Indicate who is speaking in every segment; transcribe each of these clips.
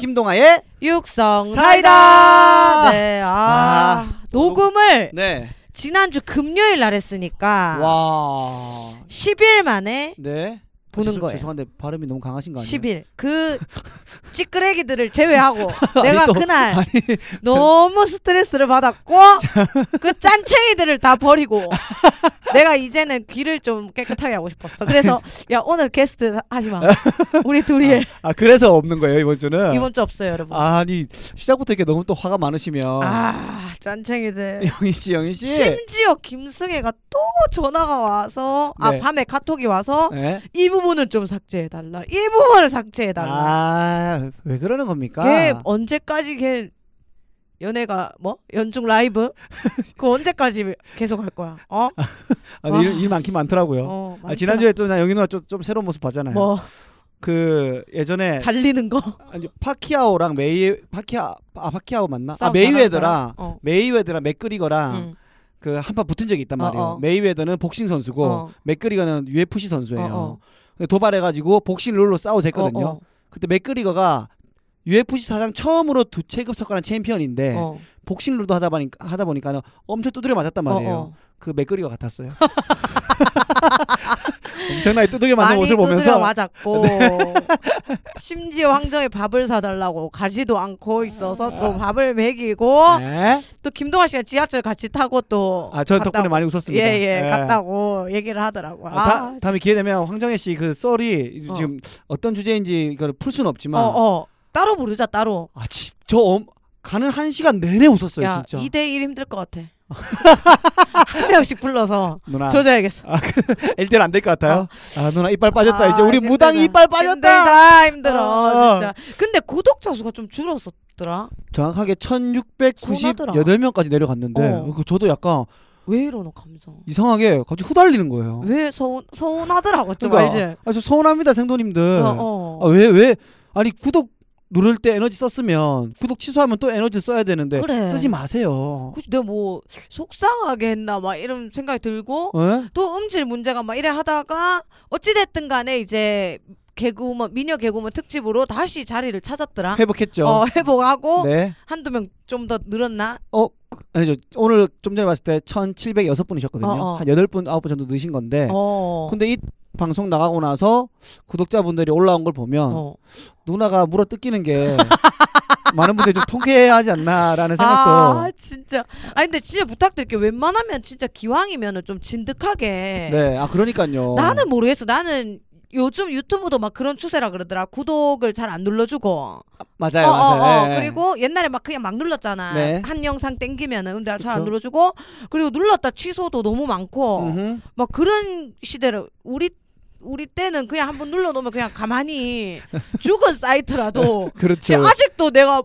Speaker 1: 신동아의
Speaker 2: 육성
Speaker 1: 사이다!
Speaker 2: 사이다. 네, 아,
Speaker 1: 아,
Speaker 2: 녹음을
Speaker 1: 네.
Speaker 2: 지난주 금요일 날 했으니까
Speaker 1: 와.
Speaker 2: 10일 만에
Speaker 1: 아. 네.
Speaker 2: 보는
Speaker 1: 죄송-
Speaker 2: 거예요.
Speaker 1: 죄송한데 발음이 너무 강하신 거 아니에요?
Speaker 2: 10일 그 찌끄레기들을 제외하고 내가
Speaker 1: 또-
Speaker 2: 그날
Speaker 1: 아니,
Speaker 2: 너무 스트레스를 받았고 그 짠챙이들을 다 버리고 내가 이제는 귀를 좀 깨끗하게 하고 싶었어. 그래서 야 오늘 게스트 하지 마. 우리 둘이
Speaker 1: 아 그래서 없는 거예요 이번 주는.
Speaker 2: 이번 주 없어요, 여러분.
Speaker 1: 아, 아니 어. 시작부터 이렇게 너무 또 화가 많으시면
Speaker 2: 아 짠챙이들.
Speaker 1: 영희 씨, 영희 씨.
Speaker 2: 심지어 김승혜가 또 전화가 와서
Speaker 1: 네.
Speaker 2: 아 밤에 카톡이 와서
Speaker 1: 네?
Speaker 2: 이 부분은 좀 삭제해 달라 이 부분을 삭제해 달라 예,
Speaker 1: 아왜 그러는 아, 겁니까?
Speaker 2: 걔 언제까지 걔 연애가 뭐 연중 라이브 그 언제까지 계속 할 거야 어?
Speaker 1: 아니, 일,
Speaker 2: 아.
Speaker 1: 일 많긴 많더라고요.
Speaker 2: 어
Speaker 1: 아, 지난주에 또 나 영희 누나 좀, 좀 새로운 모습
Speaker 2: 많더라.
Speaker 1: 봤잖아요.
Speaker 2: 뭐
Speaker 1: 그 예전에
Speaker 2: 달리는 거
Speaker 1: 아니, 파키아오랑 메이 파키아 아 파키아오 맞나? 아
Speaker 2: 싸움 잘하는
Speaker 1: 메이웨더랑
Speaker 2: 사람? 어. 음.
Speaker 1: 메이웨더랑 맥그리거랑
Speaker 2: 응.
Speaker 1: 그 한판 붙은 적이 있단
Speaker 2: 어,
Speaker 1: 말이에요.
Speaker 2: 어.
Speaker 1: 메이웨더는 복싱 선수고
Speaker 2: 어.
Speaker 1: 맥그리거는 UFC 선수예요.
Speaker 2: 어, 어.
Speaker 1: 근데 도발해가지고 복싱 룰로 싸우고 됐거든요.
Speaker 2: 어,
Speaker 1: 그때 맥그리거가 UFC 사상 처음으로 두 체급 석관한 챔피언인데
Speaker 2: 어, 어.
Speaker 1: 복싱 룰도 하다 보니까 하다 보니까 엄청 두드려 맞았단 말이에요.
Speaker 2: 어,
Speaker 1: 그 맥그리거 같았어요. 엄청나게 두드려 맞는
Speaker 2: 많이
Speaker 1: 모습을
Speaker 2: 두드려
Speaker 1: 보면서 네.
Speaker 2: 맞았고 심지어 황정에 밥을 사달라고 가지도 않고 있어서 또 밥을 먹이고
Speaker 1: 아. 네.
Speaker 2: 또 김동아 씨가 지하철 같이 타고 또
Speaker 1: 아, 전 덕분에
Speaker 2: 갔다고-
Speaker 1: 많이 웃었습니다.
Speaker 2: 예, 예,
Speaker 1: 네.
Speaker 2: 갔다고 얘기를 하더라고요.
Speaker 1: 아, 다, 다음에 기회 되면 황정혜 씨 그 썰이
Speaker 2: 어.
Speaker 1: 지금 어떤 주제인지 이걸 풀 수는 없지만
Speaker 2: 어, 어. 따로 부르자, 따로.
Speaker 1: 아, 지, 저 엄, 가는 한 시간 내내 웃었어요,
Speaker 2: 야,
Speaker 1: 진짜.
Speaker 2: 2대1 힘들 것 같아. 한 명씩 불러서
Speaker 1: 누나
Speaker 2: 조져야겠어.
Speaker 1: 일대일 안될 것 같아요. 아, 누나 이빨 빠졌다.
Speaker 2: 아,
Speaker 1: 이제 우리
Speaker 2: 힘들다.
Speaker 1: 무당이 이빨 빠졌다.
Speaker 2: 힘들다, 힘들어.
Speaker 1: 어.
Speaker 2: 진짜. 근데 구독자 수가 좀 줄었었더라.
Speaker 1: 정확하게
Speaker 2: 서운하더라.
Speaker 1: 1698명까지 내려갔는데
Speaker 2: 어.
Speaker 1: 그 저도 약간
Speaker 2: 왜 이러노, 감성.
Speaker 1: 어? 이상하게 갑자기 후달리는 거예요.
Speaker 2: 왜 서운, 서운하더라고, 좀 알지?
Speaker 1: 아, 저 서운합니다, 생도님들.
Speaker 2: 어, 어.
Speaker 1: 아, 왜, 왜? 아니, 구독 누를 때 에너지 썼으면 구독 취소하면 또 에너지 써야 되는데
Speaker 2: 그래.
Speaker 1: 쓰지 마세요.
Speaker 2: 그치, 내가 뭐, 속상하게 했나, 막 이런 생각이 들고,
Speaker 1: 예?
Speaker 2: 또 음질 문제가 막 이래 하다가 어찌됐든 간에 이제 개그우먼 미녀 개그우먼 특집으로 다시 자리를 찾았더라.
Speaker 1: 회복했죠.
Speaker 2: 어, 회복하고
Speaker 1: 네.
Speaker 2: 한두 명 좀 더 늘었나?
Speaker 1: 어, 그- 아니죠. 오늘 좀 전에 봤을 때 1,706분이셨거든요.
Speaker 2: 어, 어.
Speaker 1: 한 8분, 9분 정도 느신 건데.
Speaker 2: 어.
Speaker 1: 근데 이 방송 나가고 나서 구독자분들이 올라온 걸 보면
Speaker 2: 어.
Speaker 1: 누나가 물어 뜯기는 게 많은 분들이 좀 통쾌하지 않나라는 생각도
Speaker 2: 아 진짜. 아 근데 진짜 부탁드릴게요. 웬만하면 진짜 기왕이면은 좀 진득하게.
Speaker 1: 네, 아 그러니까요.
Speaker 2: 나는 모르겠어. 나는 요즘 유튜브도 막 그런 추세라 그러더라. 구독을 잘 안 눌러주고. 어,
Speaker 1: 맞아요, 맞아요.
Speaker 2: 어, 어.
Speaker 1: 예.
Speaker 2: 그리고 옛날에 막 그냥 막 눌렀잖아.
Speaker 1: 네.
Speaker 2: 한 영상 땡기면은 근데 잘
Speaker 1: 그쵸.
Speaker 2: 안 눌러주고 그리고 눌렀다 취소도 너무 많고
Speaker 1: 음흠.
Speaker 2: 막 그런 시대를 우리 우리 때는 그냥 한번 눌러놓으면 그냥 가만히 죽은 사이트라도
Speaker 1: 그렇죠.
Speaker 2: 지금 아직도 내가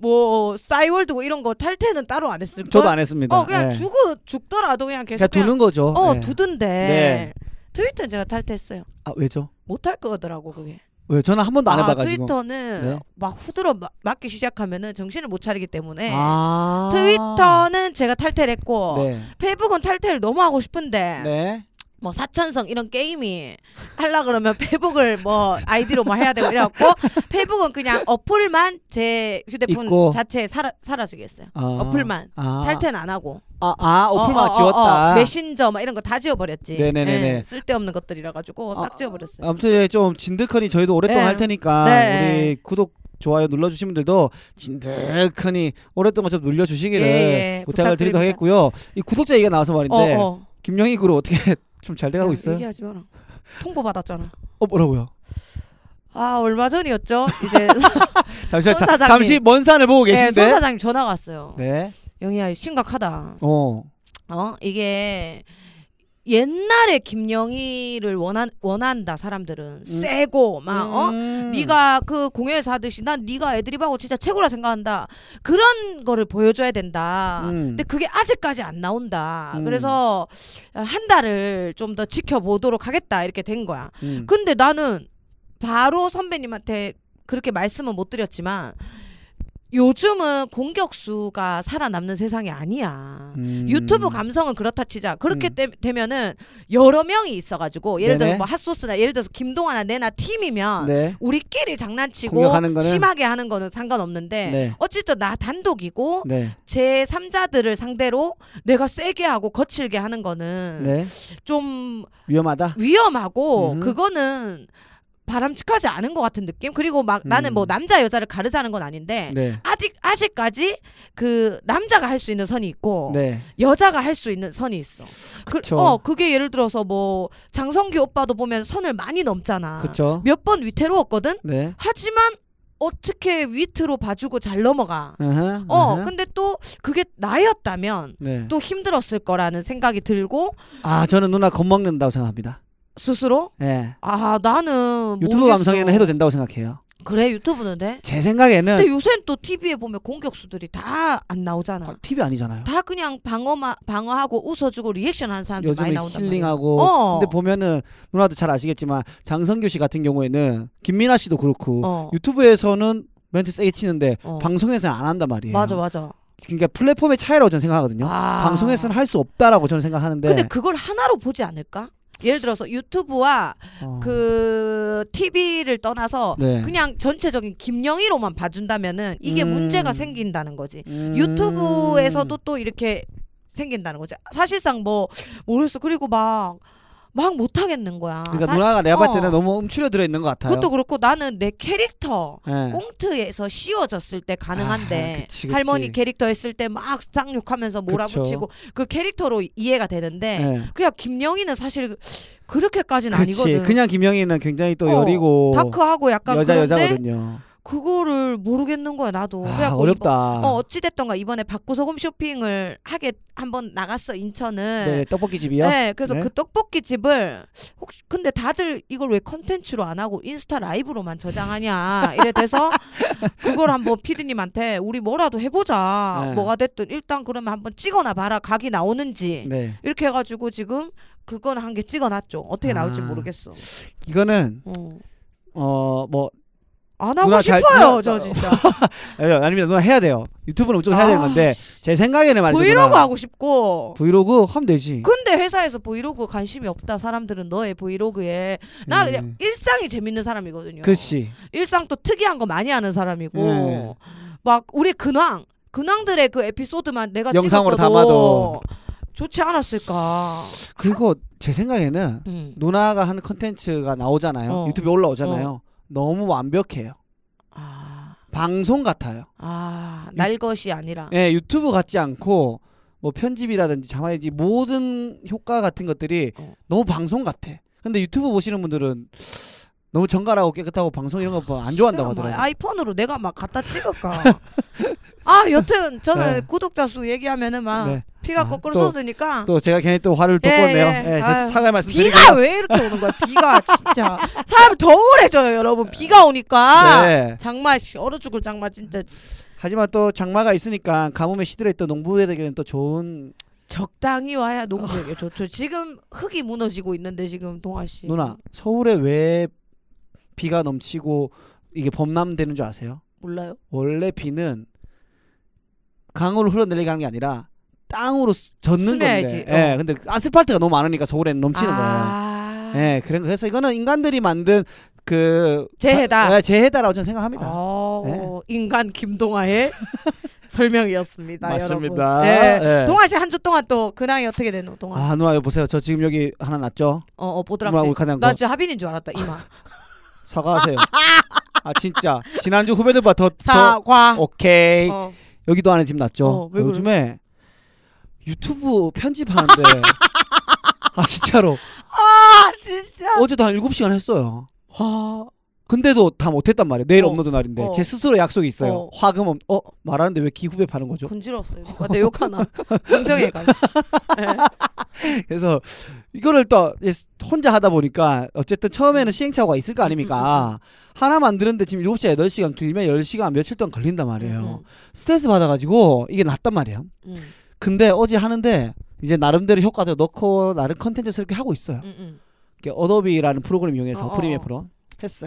Speaker 2: 뭐 싸이월드고 이런 거 탈퇴는 따로 안 했을 걸.
Speaker 1: 저도 안 했습니다.
Speaker 2: 어 그냥
Speaker 1: 예.
Speaker 2: 죽어 죽더라도 그냥 계속
Speaker 1: 그냥 두는 거죠.
Speaker 2: 그냥- 어
Speaker 1: 예.
Speaker 2: 두던데
Speaker 1: 네.
Speaker 2: 트위터는 제가 탈퇴했어요.
Speaker 1: 아 왜죠?
Speaker 2: 못할 거더라고 그게.
Speaker 1: 왜 저는 한 번도 안 해봐가지고.
Speaker 2: 아, 트위터는
Speaker 1: 네.
Speaker 2: 막 후드로 마- 맞기 시작하면은 정신을 못 차리기 때문에
Speaker 1: 아.
Speaker 2: 트위터는 제가 탈퇴를 했고
Speaker 1: 네.
Speaker 2: 페이북은 탈퇴를 너무 하고 싶은데
Speaker 1: 네.
Speaker 2: 뭐 사천성 이런 게임이 하려 그러면 페북을 뭐 아이디로 뭐 해야 되고 이래갖고 페북은 그냥 어플만 제 휴대폰
Speaker 1: 있고.
Speaker 2: 자체에 사라, 사라지겠어요.
Speaker 1: 아.
Speaker 2: 어플만
Speaker 1: 아.
Speaker 2: 탈퇴는 안 하고
Speaker 1: 아, 아
Speaker 2: 어,
Speaker 1: 어플만
Speaker 2: 어, 어,
Speaker 1: 지웠다.
Speaker 2: 어, 메신저 막 이런 거 다 지워버렸지.
Speaker 1: 네네네네.
Speaker 2: 예, 쓸데없는 것들이라 가지고
Speaker 1: 아,
Speaker 2: 싹 지워버렸어요.
Speaker 1: 아무튼 이제 좀 진득하니 저희도 오랫동안
Speaker 2: 네.
Speaker 1: 할 테니까
Speaker 2: 네.
Speaker 1: 우리 구독 좋아요 눌러주신 분들도 진득하니 오랫동안 좀 눌려주시기를
Speaker 2: 예, 예,
Speaker 1: 부탁을 드리도록
Speaker 2: 부탁드립니다.
Speaker 1: 하겠고요. 이 구독자 얘기가 나와서 말인데
Speaker 2: 어, 어.
Speaker 1: 김영희 그룹 어떻게 좀 잘 돼가고
Speaker 2: 야,
Speaker 1: 네. 있어요?
Speaker 2: 얘기하지 마라. 통보 받았잖아.
Speaker 1: 어 뭐라고요?
Speaker 2: 아 얼마 전이었죠. 이제
Speaker 1: 잠시
Speaker 2: 손 사장님.
Speaker 1: 잠시 먼 산을 보고
Speaker 2: 예, 손
Speaker 1: 계신데.
Speaker 2: 사장님 전화가 왔어요.
Speaker 1: 네.
Speaker 2: 영희야 심각하다.
Speaker 1: 어.
Speaker 2: 어 이게 옛날에 김영희를 원한 원한다 사람들은
Speaker 1: 음.
Speaker 2: 세고 막 어.
Speaker 1: 음.
Speaker 2: 네가 그 공연에서 하듯이 난 네가 애드립하고 진짜 최고라 생각한다 그런 거를 보여줘야 된다
Speaker 1: 음.
Speaker 2: 근데 그게 아직까지 안 나온다
Speaker 1: 음.
Speaker 2: 그래서 한 달을 좀 더 지켜보도록 하겠다 이렇게 된 거야
Speaker 1: 음.
Speaker 2: 근데 나는 바로 선배님한테 그렇게 말씀은 못 드렸지만 요즘은 공격수가 살아남는 세상이 아니야.
Speaker 1: 음.
Speaker 2: 유튜브 감성은 그렇다 치자. 그렇게
Speaker 1: 음.
Speaker 2: 되, 되면은 여러 명이 있어가지고 예를
Speaker 1: 네네.
Speaker 2: 들어 뭐 핫소스나 예를 들어서 김동아나 내나 팀이면
Speaker 1: 네.
Speaker 2: 우리끼리 장난치고
Speaker 1: 공격하는 거는?
Speaker 2: 심하게 하는 거는 상관없는데
Speaker 1: 네.
Speaker 2: 어쨌든 나 단독이고
Speaker 1: 네.
Speaker 2: 제 3자들을 상대로 내가 세게 하고 거칠게 하는 거는
Speaker 1: 네.
Speaker 2: 좀
Speaker 1: 위험하다.
Speaker 2: 위험하고
Speaker 1: 음.
Speaker 2: 그거는 바람직하지 않은 것 같은 느낌 그리고 막
Speaker 1: 음.
Speaker 2: 나는 뭐 남자 여자를 가르자는 건 아닌데
Speaker 1: 네.
Speaker 2: 아직 아직까지 그 남자가 할 수 있는 선이 있고
Speaker 1: 네.
Speaker 2: 여자가 할 수 있는 선이 있어. 그,
Speaker 1: 그쵸.
Speaker 2: 어 그게 예를 들어서 뭐 장성규 오빠도 보면 선을 많이 넘잖아.
Speaker 1: 그렇죠.
Speaker 2: 몇 번 위태로웠거든.
Speaker 1: 네.
Speaker 2: 하지만 어떻게 위트로 봐주고 잘 넘어가.
Speaker 1: 어허,
Speaker 2: 어
Speaker 1: 어허.
Speaker 2: 근데 또 그게 나였다면
Speaker 1: 네.
Speaker 2: 또 힘들었을 거라는 생각이 들고
Speaker 1: 아, 저는 누나 겁먹는다고 생각합니다.
Speaker 2: 스스로
Speaker 1: 예.
Speaker 2: 아 나는
Speaker 1: 유튜브
Speaker 2: 모르겠어.
Speaker 1: 감성에는 네. 해도 된다고 생각해요.
Speaker 2: 그래 유튜브는 돼.
Speaker 1: 제 생각에는
Speaker 2: 근데 요새는 또 TV에 보면 공격수들이 다 안 나오잖아.
Speaker 1: 아, TV 아니잖아요.
Speaker 2: 다 그냥 방어마, 방어하고 웃어주고 리액션하는 사람들 많이
Speaker 1: 요즘에
Speaker 2: 나온단 말이야.
Speaker 1: 힐링하고
Speaker 2: 어.
Speaker 1: 근데 보면은 누나도 잘 아시겠지만 장성규 씨 같은 경우에는 김민아 씨도 그렇고
Speaker 2: 어.
Speaker 1: 유튜브에서는 멘트 세게 치는데
Speaker 2: 어.
Speaker 1: 방송에서는 안 한단 말이에요.
Speaker 2: 맞아 맞아.
Speaker 1: 그러니까 플랫폼의 차이라고 저는 생각하거든요. 네.
Speaker 2: 아.
Speaker 1: 방송에서는 할 수 없다라고 저는 생각하는데
Speaker 2: 근데 그걸 하나로 보지 않을까? 예를 들어서 유튜브와
Speaker 1: 어.
Speaker 2: 그 TV를 떠나서
Speaker 1: 네.
Speaker 2: 그냥 전체적인 김영희로만 봐준다면은 이게
Speaker 1: 음.
Speaker 2: 문제가 생긴다는 거지.
Speaker 1: 음.
Speaker 2: 유튜브에서도 또 이렇게 생긴다는 거지. 사실상 뭐 모르겠어. 그리고 막. 막 못하겠는 거야.
Speaker 1: 그러니까
Speaker 2: 사-
Speaker 1: 누나가 내가 봤을 때는
Speaker 2: 어.
Speaker 1: 너무 움츠려 들어 있는 것 같아요.
Speaker 2: 그것도 그렇고 나는 내 캐릭터
Speaker 1: 예.
Speaker 2: 꽁트에서 씌워졌을 때 가능한데
Speaker 1: 아, 그치, 그치.
Speaker 2: 할머니 캐릭터 했을 때 막 쌍욕하면서 몰아붙이고 그 캐릭터로 이해가 되는데
Speaker 1: 예.
Speaker 2: 그냥 김영희는 사실 그렇게까지는
Speaker 1: 그렇지.
Speaker 2: 아니거든.
Speaker 1: 그냥 김영희는 굉장히 또
Speaker 2: 어,
Speaker 1: 여리고
Speaker 2: 다크하고 약간
Speaker 1: 여자
Speaker 2: 그런데
Speaker 1: 여자거든요.
Speaker 2: 그거를 모르겠는 거야 나도.
Speaker 1: 아,
Speaker 2: 어, 그래갖고
Speaker 1: 어렵다.
Speaker 2: 이번- 어 어찌 됐던가 이번에 박구소금 쇼핑을 하게 한번 나갔어
Speaker 1: 네,
Speaker 2: 인천을.
Speaker 1: 떡볶이 집이요.
Speaker 2: 네, 그래서
Speaker 1: 네.
Speaker 2: 그 떡볶이 집을 혹시 근데 다들 이걸 왜 컨텐츠로 안 하고 인스타 라이브로만 저장하냐 이래 돼서 그걸 한번 피디님한테 우리 뭐라도 해보자
Speaker 1: 네.
Speaker 2: 뭐가 됐든 일단 그러면 한번 찍어놔 봐라 각이 나오는지
Speaker 1: 네.
Speaker 2: 이렇게 해가지고 지금 그건 한 개 찍어놨죠. 어떻게 나올지
Speaker 1: 아.
Speaker 2: 모르겠어.
Speaker 1: 이거는
Speaker 2: 어.
Speaker 1: 어뭐
Speaker 2: 안 하고
Speaker 1: 누나 잘-
Speaker 2: 싶어요,
Speaker 1: 누나-
Speaker 2: 저 진짜.
Speaker 1: 아닙니다. 누나 해야 돼요. 유튜브는 무조건 해야 되는
Speaker 2: 아,
Speaker 1: 건데 제 생각에는 말이죠.
Speaker 2: 브이로그
Speaker 1: 누나.
Speaker 2: 하고 싶고.
Speaker 1: 브이로그 하면 되지.
Speaker 2: 근데 회사에서 브이로그 관심이 없다 사람들은 너의 브이로그에 나 그냥 일상이 재밌는 사람이거든요.
Speaker 1: 음. 네. 그렇지.
Speaker 2: 일상 또 특이한 거 많이 하는 사람이고
Speaker 1: 네.
Speaker 2: 막 우리 근황 근황들의 그 에피소드만 내가
Speaker 1: 영상으로
Speaker 2: 찍었어도
Speaker 1: 담아도.
Speaker 2: 좋지 않았을까.
Speaker 1: 그리고 제 생각에는
Speaker 2: 음.
Speaker 1: 누나가 하는 컨텐츠가 나오잖아요.
Speaker 2: 어.
Speaker 1: 유튜브에 올라오잖아요. 너무 완벽해요.
Speaker 2: 아,
Speaker 1: 방송 같아요.
Speaker 2: 아, 날 것이 아니라.
Speaker 1: 예, 유튜브 같지 않고 뭐 편집이라든지 자막이지 모든 효과 같은 것들이
Speaker 2: 어.
Speaker 1: 너무 방송 같아. 근데 유튜브 보시는 분들은 너무 정갈하고 깨끗하고 방송 이런 거 안 좋아한다고
Speaker 2: 그럼 뭐
Speaker 1: 하더라고요.
Speaker 2: 아이폰으로 내가 막 갖다 찍을까. 아 여튼 저는
Speaker 1: 네.
Speaker 2: 구독자 수 얘기하면은 막
Speaker 1: 네.
Speaker 2: 피가
Speaker 1: 아,
Speaker 2: 거꾸로
Speaker 1: 또-
Speaker 2: 쏟으니까
Speaker 1: 또 제가 괜히 또 화를
Speaker 2: 뭐. 예,
Speaker 1: 돋궜네요.
Speaker 2: 예.
Speaker 1: 예,
Speaker 2: 아유,
Speaker 1: 사과의 말씀 드리고요.
Speaker 2: 비가 왜 이렇게 오는 거야? 비가 진짜 사람 더 우울해져요, 여러분. 비가 오니까
Speaker 1: 네.
Speaker 2: 장마 씨 얼어 죽을 장마 진짜
Speaker 1: 하지만 또 장마가 있으니까 가뭄에 시들어 있던 농부들에게는 또 좋은
Speaker 2: 적당히 와야 농부에게 좋죠. 지금 흙이 무너지고 있는데 지금 동아 씨.
Speaker 1: 누나 서울에 왜 비가 넘치고 이게 범람되는 줄 아세요?
Speaker 2: 몰라요?
Speaker 1: 원래 비는 강으로 흘러내리게 하는 게 아니라 땅으로 스- 젓는
Speaker 2: 스며야지, 어.
Speaker 1: 건데 예 근데 아스팔트가 너무 많으니까 서울에는 넘치는
Speaker 2: 아...
Speaker 1: 거예요 예 그런 거 그래서 이거는 인간들이 만든 그
Speaker 2: 재해다.
Speaker 1: 예, 재해다라고 저는 생각합니다 네.
Speaker 2: 어, 인간 김동아의 설명이었습니다,
Speaker 1: 맞습니다
Speaker 2: 여러분. 네.
Speaker 1: 예.
Speaker 2: 동아 씨 한 주 동안 또 근황이 어떻게 되노 동아?
Speaker 1: 아 누나 여기 보세요 저 지금 여기 하나 났죠
Speaker 2: 어, 어
Speaker 1: 누나 우리
Speaker 2: 보드랍지.
Speaker 1: 가장
Speaker 2: 나
Speaker 1: 거
Speaker 2: 진짜 하빈인 줄 알았다 이마.
Speaker 1: 사과하세요 아 진짜 지난주 후배들보다 더, 더
Speaker 2: 사과.
Speaker 1: 오케이
Speaker 2: 어.
Speaker 1: 여기도 안에 지금 났죠.
Speaker 2: 어, 왜 그래?
Speaker 1: 요즘에 유튜브 편집하는데 아 진짜로
Speaker 2: 아 진짜.
Speaker 1: 어제도 한 7시간 했어요.
Speaker 2: 와.
Speaker 1: 근데도 다 못했단 말이에요. 내일
Speaker 2: 어.
Speaker 1: 업로드 날인데
Speaker 2: 어.
Speaker 1: 제 스스로 약속이 있어요.
Speaker 2: 어.
Speaker 1: 화금 업, 어 말하는데 왜 기후배 파는 거죠?
Speaker 2: 건지러웠어요. 아, 내 욕하나. 공정해가. 네.
Speaker 1: 그래서 이거를 또 이제 혼자 하다 보니까 어쨌든 처음에는 시행착오가 있을 거
Speaker 2: 음,
Speaker 1: 아닙니까? 하나 만드는데 지금 7시간 8시간 길면 10시간 며칠 동안 걸린단 말이에요. 스트레스 받아가지고 이게 났단 말이에요.
Speaker 2: 음,
Speaker 1: 근데 어제 하는데 이제 나름대로 효과도 넣고 나름 컨텐츠스럽게 하고 있어요.
Speaker 2: 음, 음.
Speaker 1: 이렇게 어도비라는 프로그램 이용해서
Speaker 2: 어, 어,
Speaker 1: 프리미어
Speaker 2: 어.
Speaker 1: 프로 했어.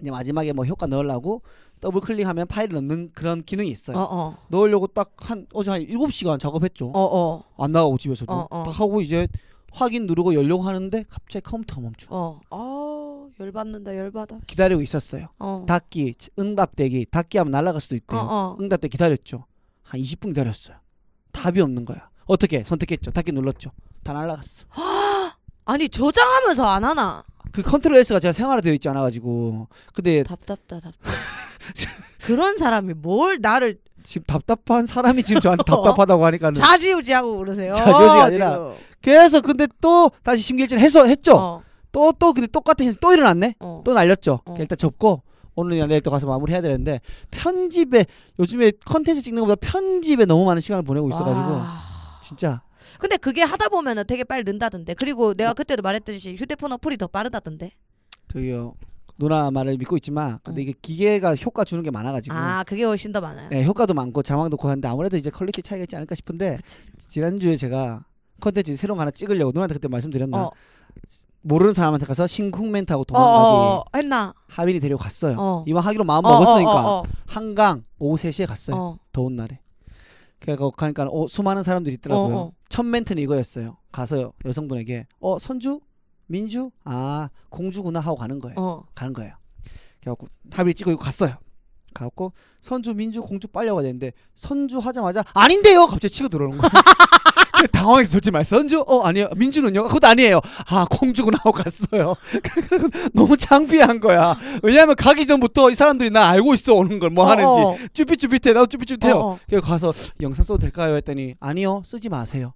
Speaker 1: 이제 마지막에 뭐 효과 넣으려고 더블 클릭하면 파일 넣는 그런 기능이 있어요.
Speaker 2: 어, 어,
Speaker 1: 넣으려고 딱 한 어제 한 7시간 작업했죠.
Speaker 2: 어, 어,
Speaker 1: 안 나가고 집에서도
Speaker 2: 어, 어.
Speaker 1: 딱 하고 이제 확인 누르고 열려고 하는데 갑자기 컴퓨터가 멈추고
Speaker 2: 어. 아, 열받는다, 열받아.
Speaker 1: 기다리고 있었어요.
Speaker 2: 어.
Speaker 1: 닫기, 응답대기, 닫기 하면 날아갈 수도
Speaker 2: 어,
Speaker 1: 있대요.
Speaker 2: 어.
Speaker 1: 응답대 기다렸죠. 한 20분 기다렸어요. 답이 없는 거야. 어떻게 선택했죠. 닫기 눌렀죠. 다 날아갔어.
Speaker 2: 아니 저장하면서 안 하나?
Speaker 1: 그 컨트롤 S가 제가 생활화되어 있지 않아가지고 근데
Speaker 2: 답답다, 답답. 그런 사람이 뭘 나를
Speaker 1: 지금 답답한 사람이 지금 저한테 답답하다고 하니까는
Speaker 2: 좌지우지하고 그러세요?
Speaker 1: 좌지우지가 네. 아니라
Speaker 2: 지금.
Speaker 1: 그래서 근데 또 다시 심기일전 해서 했죠.
Speaker 2: 어,
Speaker 1: 또 또 근데 똑같은 해서 또 일어났네.
Speaker 2: 어.
Speaker 1: 또 날렸죠.
Speaker 2: 어.
Speaker 1: 일단 접고 오늘이나 내일 또 가서 마무리해야 되는데 편집에 요즘에 컨텐츠 찍는 것보다 편집에 너무 많은 시간을 보내고 있어가지고
Speaker 2: 와.
Speaker 1: 진짜
Speaker 2: 아. 근데 그게 하다 보면은 되게 빨리 는다던데. 그리고
Speaker 1: 어.
Speaker 2: 내가 그때도 말했듯이 휴대폰 어플이 더 빠르다던데.
Speaker 1: 저기요 어, 누나 말을 믿고 있지만 근데
Speaker 2: 응.
Speaker 1: 이게 기계가 효과 주는 게 많아가지고
Speaker 2: 아, 그게 훨씬 더 많아요.
Speaker 1: 네, 효과도 많고 자막도 고한데 아무래도 이제 퀄리티 차이가 있지 않을까 싶은데 지난주에 제가 컨텐츠 새로운 거 하나 찍으려고 누나한테 그때 말씀드렸나
Speaker 2: 어,
Speaker 1: 모르는 사람한테 가서 신쿵 멘트하고
Speaker 2: 어,
Speaker 1: 도망가기
Speaker 2: 어, 어, 했나?
Speaker 1: 하빈이 데리고 갔어요
Speaker 2: 어.
Speaker 1: 이왕 하기로 마음
Speaker 2: 어,
Speaker 1: 먹었으니까
Speaker 2: 어, 어,
Speaker 1: 한강 오후 3시에 갔어요
Speaker 2: 어,
Speaker 1: 더운 날에 그래서 가니까 어, 수많은 사람들이 있더라고요
Speaker 2: 어, 어.
Speaker 1: 첫 멘트는 이거였어요 가서 여성분에게 어 선주? 민주? 아 공주구나 하고 가는 거예요
Speaker 2: 어, 어.
Speaker 1: 가는 거예요. 그래갖고 합의를 찍고 이거 갔어요. 가갖고 선주 민주 공주 빨려가야 되는데 선주 하자마자 아닌데요. 갑자기 치고 들어오는 거예요. 그래서 당황해서 솔직히 말해 선주 어 아니에요 민주는요 그것도 아니에요 아 공주구나 하고 갔어요 그래서 너무 창피한 거야 왜냐하면 가기 전부터 이 사람들이 나 알고 있어 오는 걸 뭐 하는지
Speaker 2: 어, 어.
Speaker 1: 쭈삣쭈삣해 나도 쭈삣쭈삣해요
Speaker 2: 어, 어.
Speaker 1: 그래서 가서 영상 써도 될까요 했더니 아니요 쓰지 마세요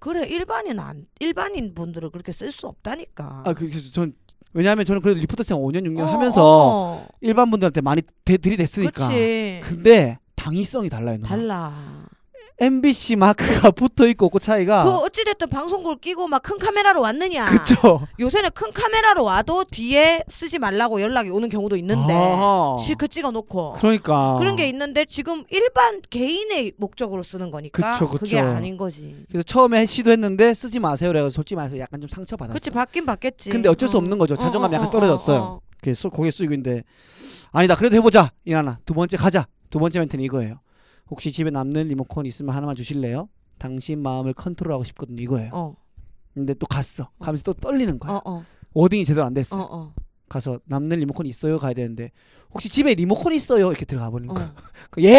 Speaker 2: 그래 일반인 안 일반인 분들은 그렇게 쓸 수 없다니까.
Speaker 1: 아 그- 그래서 전 왜냐하면 저는 그래도 리포터 생활 5년 6년
Speaker 2: 어,
Speaker 1: 하면서
Speaker 2: 어.
Speaker 1: 일반 분들한테 많이 대, 들이댔으니까
Speaker 2: 그치.
Speaker 1: 근데 당위성이 달라요. 누나.
Speaker 2: 달라.
Speaker 1: MBC 마크가 붙어 있고 없고 차이가
Speaker 2: 그 아, 어찌됐든 방송국을 끼고 막 큰 카메라로 왔느냐.
Speaker 1: 아. 그쵸.
Speaker 2: 요새는 큰 카메라로 와도 뒤에 쓰지 말라고 연락이 오는 경우도 있는데
Speaker 1: 아.
Speaker 2: 실크 찍어놓고
Speaker 1: 그러니까
Speaker 2: 그런 게 있는데 지금 일반 개인의 목적으로 쓰는 거니까
Speaker 1: 그쵸, 그쵸.
Speaker 2: 게 아닌 거지.
Speaker 1: 그래서 처음에 시도했는데 쓰지 마세요. 그래서 솔직히 말해서 약간 좀 상처 받았어.
Speaker 2: 그치 바뀐 바뀌었지.
Speaker 1: 근데 어쩔 수
Speaker 2: 어.
Speaker 1: 없는 거죠. 자존감이
Speaker 2: 어, 어,
Speaker 1: 약간
Speaker 2: 어,
Speaker 1: 떨어졌어요.
Speaker 2: 어, 어.
Speaker 1: 그게 수- 고개 숙이고 있는데 아니다. 그래도 해보자. 이 하나. 두 번째 가자. 두 번째 멘트는 이거예요. 혹시 집에 남는 리모컨 있으면 하나만 주실래요? 당신 마음을 컨트롤하고 싶거든요. 이거예요.
Speaker 2: 어,
Speaker 1: 근데 또 갔어. 가면서 또 떨리는
Speaker 2: 어,
Speaker 1: 거야.
Speaker 2: 어, 어,
Speaker 1: 워딩이 제대로 안 됐어.
Speaker 2: 어,
Speaker 1: 요
Speaker 2: 어.
Speaker 1: 가서 남는 리모컨 있어요 가야 되는데 혹시 집에 리모컨 있어요 이렇게 들어가 버린 거야.
Speaker 2: 어.
Speaker 1: 그 예?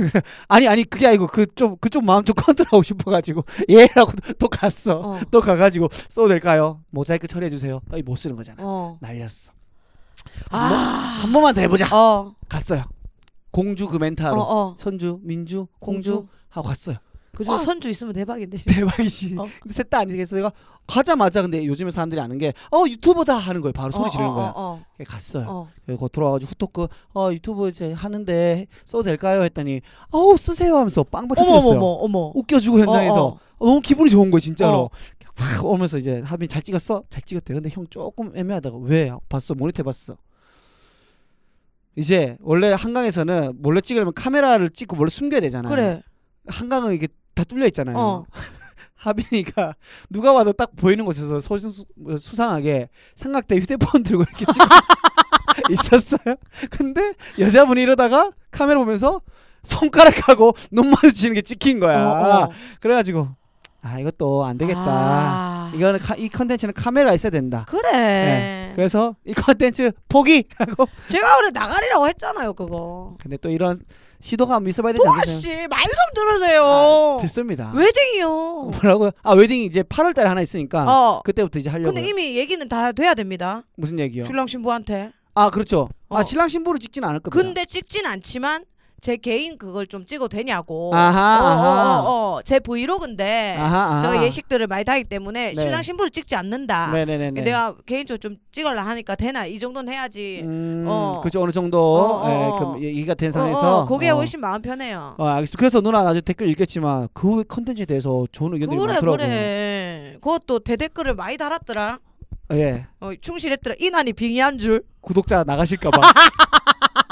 Speaker 1: 아니 아니 그게 아니고 그 좀 그쪽 마음 좀 컨트롤하고 싶어가지고 예라고 또 갔어.
Speaker 2: 어.
Speaker 1: 또 가가지고 써도 될까요? 모자이크 처리해 주세요. 아니 못 쓰는 거잖아.
Speaker 2: 어.
Speaker 1: 날렸어. 한,
Speaker 2: 아,
Speaker 1: 번, 한 번만 더 해보자.
Speaker 2: 어,
Speaker 1: 갔어요. 공주 그
Speaker 2: 어,
Speaker 1: 멘탈로
Speaker 2: 어.
Speaker 1: 선주 민주 공주,
Speaker 2: 공주.
Speaker 1: 하고 갔어요.
Speaker 2: 그중
Speaker 1: 어.
Speaker 2: 에 선주 있으면 대박인데. 진짜.
Speaker 1: 대박이지.
Speaker 2: 어.
Speaker 1: 근데 셋다 아니겠어. 내가 가자마자 근데 요즘에 사람들이 아는 게 어 유튜버다 하는 거예요. 바로 소리 지르는
Speaker 2: 어,
Speaker 1: 거야. 네.
Speaker 2: 어,
Speaker 1: 갔어요.
Speaker 2: 어, 어.
Speaker 1: 그리고 예, 돌아와가지고 후토크 어 유튜브 이제 하는데 써도 될까요 했더니 아우 쓰세요 하면서 빵빵
Speaker 2: 어머, 어머,
Speaker 1: 터뜨렸어요
Speaker 2: 어머, 어머.
Speaker 1: 웃겨주고 현장에서
Speaker 2: 어,
Speaker 1: 어, 너무 기분이 좋은 거예요 진짜로
Speaker 2: 어.
Speaker 1: 싹 오면서 이제 하빈이 잘 찍었어? 잘 찍었대 근데 형 조금 애매하다고 왜? 봤어 모니터 봤어 이제 원래 한강에서는 몰래 찍으려면 카메라를 찍고 몰래 숨겨야 되잖아요
Speaker 2: 그래.
Speaker 1: 한강은 이게 다 뚫려 있잖아요
Speaker 2: 어.
Speaker 1: 하빈이가 누가 봐도 딱 보이는 곳에서 소, 수, 수상하게 삼각대 휴대폰 들고 이렇게 찍고 있었어요. 근데 여자분이 이러다가 카메라 보면서 손가락하고 눈 마주치는 게 찍힌 거야.
Speaker 2: 어, 어.
Speaker 1: 그래가지고 아 이것도 안 네. 아, 되겠다.
Speaker 2: 아,
Speaker 1: 이거는 카, 이 컨텐츠는 카메라 있어야 된다.
Speaker 2: 그래.
Speaker 1: 네. 그래서 이 컨텐츠 포기하고
Speaker 2: 제가 그래 나가리라고 했잖아요, 그거.
Speaker 1: 근데 또 이런 시도가 한번 있어봐야 되지 않겠어요? 아,
Speaker 2: 또아씨 말 좀 들으세요.
Speaker 1: 네, 됐습니다.
Speaker 2: 웨딩이요.
Speaker 1: 뭐라고요? 아 웨딩이 이제 8월달에 하나 있으니까
Speaker 2: 어.
Speaker 1: 아, 그때부터 이제 하려고
Speaker 2: 근데 이미 얘기는 다 돼야 됩니다.
Speaker 1: 무슨 얘기요?
Speaker 2: 신랑 신부한테.
Speaker 1: 아 그렇죠.
Speaker 2: 어.
Speaker 1: 아 신랑 신부를 찍진 않을 겁니다.
Speaker 2: 근데 찍진 않지만 제 개인 그걸 좀 찍어도 되냐고.
Speaker 1: 아하, 아하.
Speaker 2: 뭐, 어, 어, 어. 제 브이로그인데
Speaker 1: 아하, 아하.
Speaker 2: 제가 예식들을 많이 다기 때문에
Speaker 1: 네.
Speaker 2: 신랑 신부를 찍지 않는다. 그러니까
Speaker 1: 네네네네.
Speaker 2: 내가 개인적으로 좀 찍으려 하니까 되나 이 정도는 해야지.
Speaker 1: 음,
Speaker 2: 어.
Speaker 1: 그죠 어느 정도
Speaker 2: 어, 어,
Speaker 1: 예,
Speaker 2: 어.
Speaker 1: 그 얘기가 된
Speaker 2: 어,
Speaker 1: 상황에서
Speaker 2: 어, 그게
Speaker 1: 어.
Speaker 2: 훨씬 마음 편해요.
Speaker 1: 어, 알겠습니다. 그래서 누나 나중에 댓글 읽겠지만 그 컨텐츠에 대해서 좋은 의견들이
Speaker 2: 그래
Speaker 1: 많더라고.
Speaker 2: 그래. 그것도 대댓글을 많이 달았더라.
Speaker 1: 예.
Speaker 2: 어, 충실했더라. 이난이 빙의한 줄.
Speaker 1: 구독자 나가실까봐.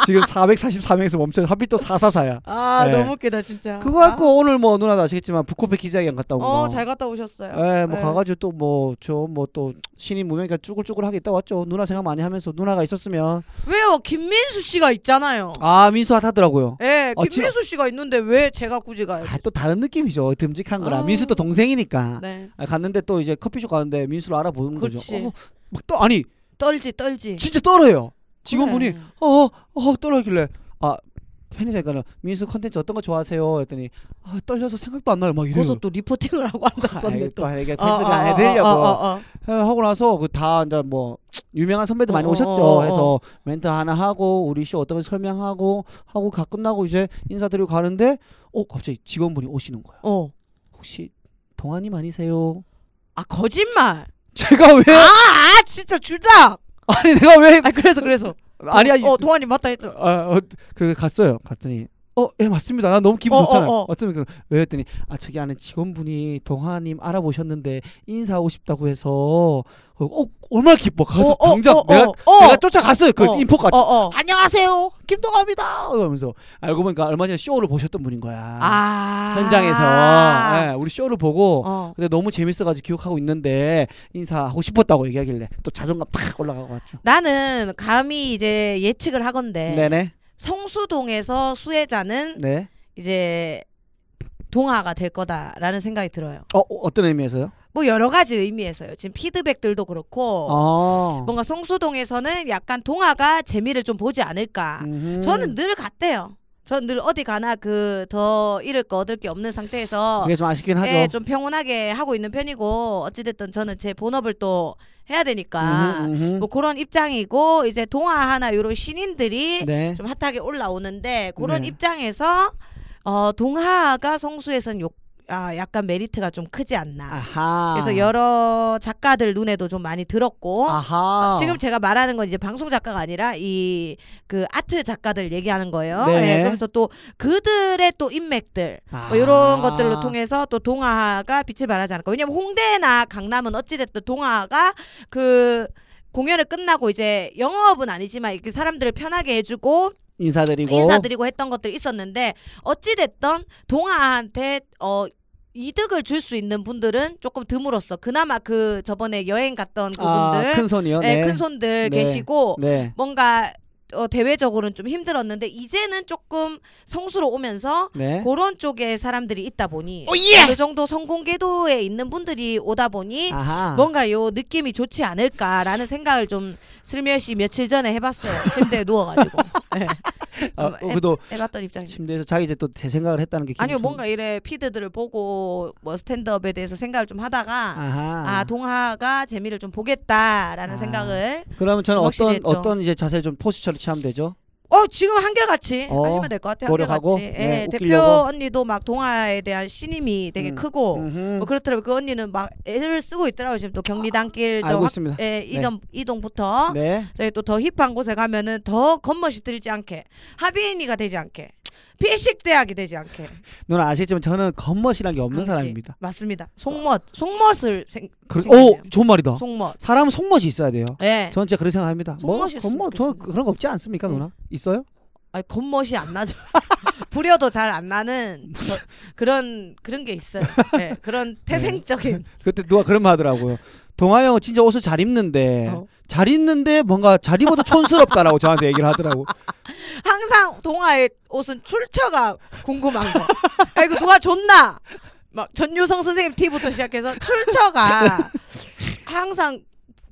Speaker 1: 지금 443에서 멈춰 하필 또 444야.
Speaker 2: 아
Speaker 1: 네.
Speaker 2: 너무 웃기다 진짜.
Speaker 1: 그거 갖고 오늘 뭐 누나도 아시겠지만 북코페 기자회견 갔다 온 거.
Speaker 2: 어잘 갔다 오셨어요.
Speaker 1: 예, 뭐
Speaker 2: 네.
Speaker 1: 가가지고 또 뭐 저 뭐 또 신인 무명이니까 쭈글쭈글하게 있다 왔죠. 누나 생각 많이 하면서 누나가 있었으면
Speaker 2: 왜요? 김민수 씨가 있잖아요.
Speaker 1: 아 민수 핫하더라고요.
Speaker 2: 예,
Speaker 1: 어,
Speaker 2: 김민수 씨가 있는데 왜 제가 굳이 가요?
Speaker 1: 아, 또 다른 느낌이죠. 듬직한 거라
Speaker 2: 아.
Speaker 1: 민수 또 동생이니까.
Speaker 2: 네.
Speaker 1: 아, 갔는데 또 이제 커피숍 가는데 민수를 알아보는
Speaker 2: 그렇지.
Speaker 1: 거죠. 어, 막또 아니
Speaker 2: 떨지 떨지. 네.
Speaker 1: 진짜 떨어요. 직원분이
Speaker 2: 그래.
Speaker 1: 어어 어, 떨어길래 아 편의점가는 민수 컨텐츠 어떤 거 좋아하세요? 했더니 아, 떨려서 생각도 안 나요. 막 이래요.
Speaker 2: 거기서 또 리포팅을 하고 앉았었는데
Speaker 1: 아이, 또
Speaker 2: 또.
Speaker 1: 이게
Speaker 2: 어,
Speaker 1: 댄스를
Speaker 2: 어,
Speaker 1: 안
Speaker 2: 어,
Speaker 1: 해드리려고
Speaker 2: 어, 어, 어.
Speaker 1: 예, 하고 나서 그 다 이제 뭐 유명한 선배들 많이
Speaker 2: 어,
Speaker 1: 오셨죠.
Speaker 2: 어, 어,
Speaker 1: 그래서 멘트 하나 하고 우리 쇼 어떤 걸 설명하고 하고 가 끝나고 이제 인사드리고 가는데 어 갑자기 직원분이 오시는 거야.
Speaker 2: 어.
Speaker 1: 혹시 동아님 아니세요?
Speaker 2: 아 거짓말.
Speaker 1: 제가 왜
Speaker 2: 아, 아 진짜 주작.
Speaker 1: 아니 내가 왜
Speaker 2: 아 그래서 그래서.
Speaker 1: 아니 아니
Speaker 2: 어 동환이 맞다 했죠.
Speaker 1: 아, 어, 그래서 갔어요. 갔더니 어, 예, 맞습니다. 나 너무 기분
Speaker 2: 어,
Speaker 1: 좋잖아요.
Speaker 2: 어, 어.
Speaker 1: 맞습니까? 왜 했더니 아, 저기 아는 직원분이 동하님 알아보셨는데 인사하고 싶다고 해서 어, 어, 얼마나 기뻐. 가서
Speaker 2: 어, 어,
Speaker 1: 당장
Speaker 2: 어, 어,
Speaker 1: 내가
Speaker 2: 어.
Speaker 1: 내가 쫓아갔어요. 그
Speaker 2: 어.
Speaker 1: 인포가
Speaker 2: 어, 어.
Speaker 1: 안녕하세요. 김동아입니다. 이러면서 알고 보니까 얼마 전에 쇼를 보셨던 분인 거야.
Speaker 2: 아.
Speaker 1: 현장에서 예, 우리 쇼를 보고
Speaker 2: 어.
Speaker 1: 근데 너무 재밌어가지고 기억하고 있는데 인사하고 싶었다고 얘기하길래 또 자존감 탁 올라가고 왔죠.
Speaker 2: 나는 감히 이제 예측을 하건데
Speaker 1: 네네.
Speaker 2: 성수동에서 수혜자는
Speaker 1: 네.
Speaker 2: 이제 동화가 될 거다라는 생각이 들어요.
Speaker 1: 어 어, 어떤 의미에서요?
Speaker 2: 뭐 여러 가지 의미에서요. 지금 피드백들도 그렇고
Speaker 1: 아.
Speaker 2: 어. 뭔가 성수동에서는 약간 동화가 재미를 좀 보지 않을까.
Speaker 1: 음흠.
Speaker 2: 저는 늘 갔대요. 저는 늘 어디 가나 그 더 잃을 거 얻을 게 없는 상태에서
Speaker 1: 그게 좀 아쉽긴 하죠.
Speaker 2: 예, 좀 평온하게 하고 있는 편이고 어찌됐든 저는 제 본업을 또 해야 되니까
Speaker 1: 음흠, 음흠.
Speaker 2: 뭐 그런 입장이고 이제 동화 하나 요런 신인들이
Speaker 1: 네.
Speaker 2: 좀 아. 핫하게 올라오는데 그런
Speaker 1: 네.
Speaker 2: 입장에서 어 동화가 성수에선 욕, 아, 약간 메리트가 좀 크지 않나.
Speaker 1: 아하.
Speaker 2: 그래서 여러 작가들 눈에도 좀 많이 들었고
Speaker 1: 아하.
Speaker 2: 지금 제가 말하는 건 이제 방송 작가가 아니라 이 그 아트 작가들 얘기하는 거예요.
Speaker 1: 네.
Speaker 2: 예, 그래서 또 그들의 또 인맥들
Speaker 1: 아.
Speaker 2: 뭐 이런 것들로 통해서 또 동화가 빛을 발하지 않을까. 왜냐면 홍대나 강남은 어찌됐든 동화가 그 공연을 끝나고 이제 영업은 아니지만 이렇게 사람들을 편하게 해주고
Speaker 1: 인사드리고
Speaker 2: 인사드리고 했던 것들이 있었는데 어찌됐든 동아한테 어 이득을 줄 수 있는 분들은 조금 드물었어. 그나마 그 저번에 여행 갔던 그분들,
Speaker 1: 아, 큰 손이요.
Speaker 2: 네,
Speaker 1: 네.
Speaker 2: 큰 손들
Speaker 1: 네.
Speaker 2: 계시고
Speaker 1: 네.
Speaker 2: 뭔가 어, 대외적으로는 좀 힘들었는데 이제는 조금 성수로 오면서
Speaker 1: 네.
Speaker 2: 그런 쪽에 사람들이 있다 보니
Speaker 1: 오예!
Speaker 2: 어느 정도 성공 궤도에 있는 분들이 오다 보니
Speaker 1: 아하.
Speaker 2: 뭔가 요 느낌이 좋지 않을까라는 생각을 좀 슬며시 며칠 전에 해봤어요. 침대에 누워가지고 네,
Speaker 1: 아, 어, 그래도
Speaker 2: 해봤던 입장이.
Speaker 1: 침대에서 자기 이제 또 재생각을 했다는 게 기분
Speaker 2: 아니요
Speaker 1: 좋-
Speaker 2: 뭔가 이래 피드들을 보고 뭐 스탠드업에 대해서 생각을 좀 하다가
Speaker 1: 아하.
Speaker 2: 아 동화가 재미를 좀 보겠다라는
Speaker 1: 아.
Speaker 2: 생각을
Speaker 1: 그러면 저는
Speaker 2: 좀 확실히
Speaker 1: 어떤
Speaker 2: 했죠.
Speaker 1: 어떤 이제 자세 좀 포스처를 취하면 되죠?
Speaker 2: 어 지금 한결같이
Speaker 1: 어,
Speaker 2: 하시면 될 것 같아요.
Speaker 1: 노력하고,
Speaker 2: 한결같이 예,
Speaker 1: 네,
Speaker 2: 대표
Speaker 1: 웃기려고.
Speaker 2: 언니도 막 동화에 대한 신임이 되게
Speaker 1: 음,
Speaker 2: 크고
Speaker 1: 음흠.
Speaker 2: 뭐 그렇더라고 요그 언니는 막 애를 쓰고 있더라고 요 지금 또 경리단길 저
Speaker 1: 알고
Speaker 2: 확-
Speaker 1: 있습니다.
Speaker 2: 예, 이전 이동부터
Speaker 1: 네.
Speaker 2: 저희 또 더 힙한 곳에 가면은 더 겉멋이 들지 않게 하비인이가 되지 않게 피식 대학이 되지 않게
Speaker 1: 누나 아시겠지만 저는 겉멋이란 게 없는
Speaker 2: 당시.
Speaker 1: 사람입니다.
Speaker 2: 맞습니다. 속멋 속멋을 생
Speaker 1: 그,
Speaker 2: 생각이네요.
Speaker 1: 오, 좋은 말이다.
Speaker 2: 속멋
Speaker 1: 사람은 속멋이 있어야 돼요.
Speaker 2: 예.
Speaker 1: 저는 진짜 그렇게 생각합니다. 뭐
Speaker 2: 속멋이 있으면
Speaker 1: 겉멋 저 그런 거 없지 않습니까,
Speaker 2: 응.
Speaker 1: 누나? 있어요?
Speaker 2: 아니 겉멋이 안 나죠. 부려도 잘 안 나는 저- 그런 그런 게 있어요. 예,
Speaker 1: 네.
Speaker 2: 그런 태생적인
Speaker 1: 그때 누가 그런 말 하더라고요. 동아 형은 진짜 옷을 잘 입는데
Speaker 2: 어.
Speaker 1: 잘 입는데 뭔가 잘 입어도 촌스럽다라고 저한테 얘기를 하더라고.
Speaker 2: 항상 동아의 옷은 출처가 궁금한 거. 아이고 누가 줬나? 막 전유성 선생님 티부터 시작해서 출처가 항상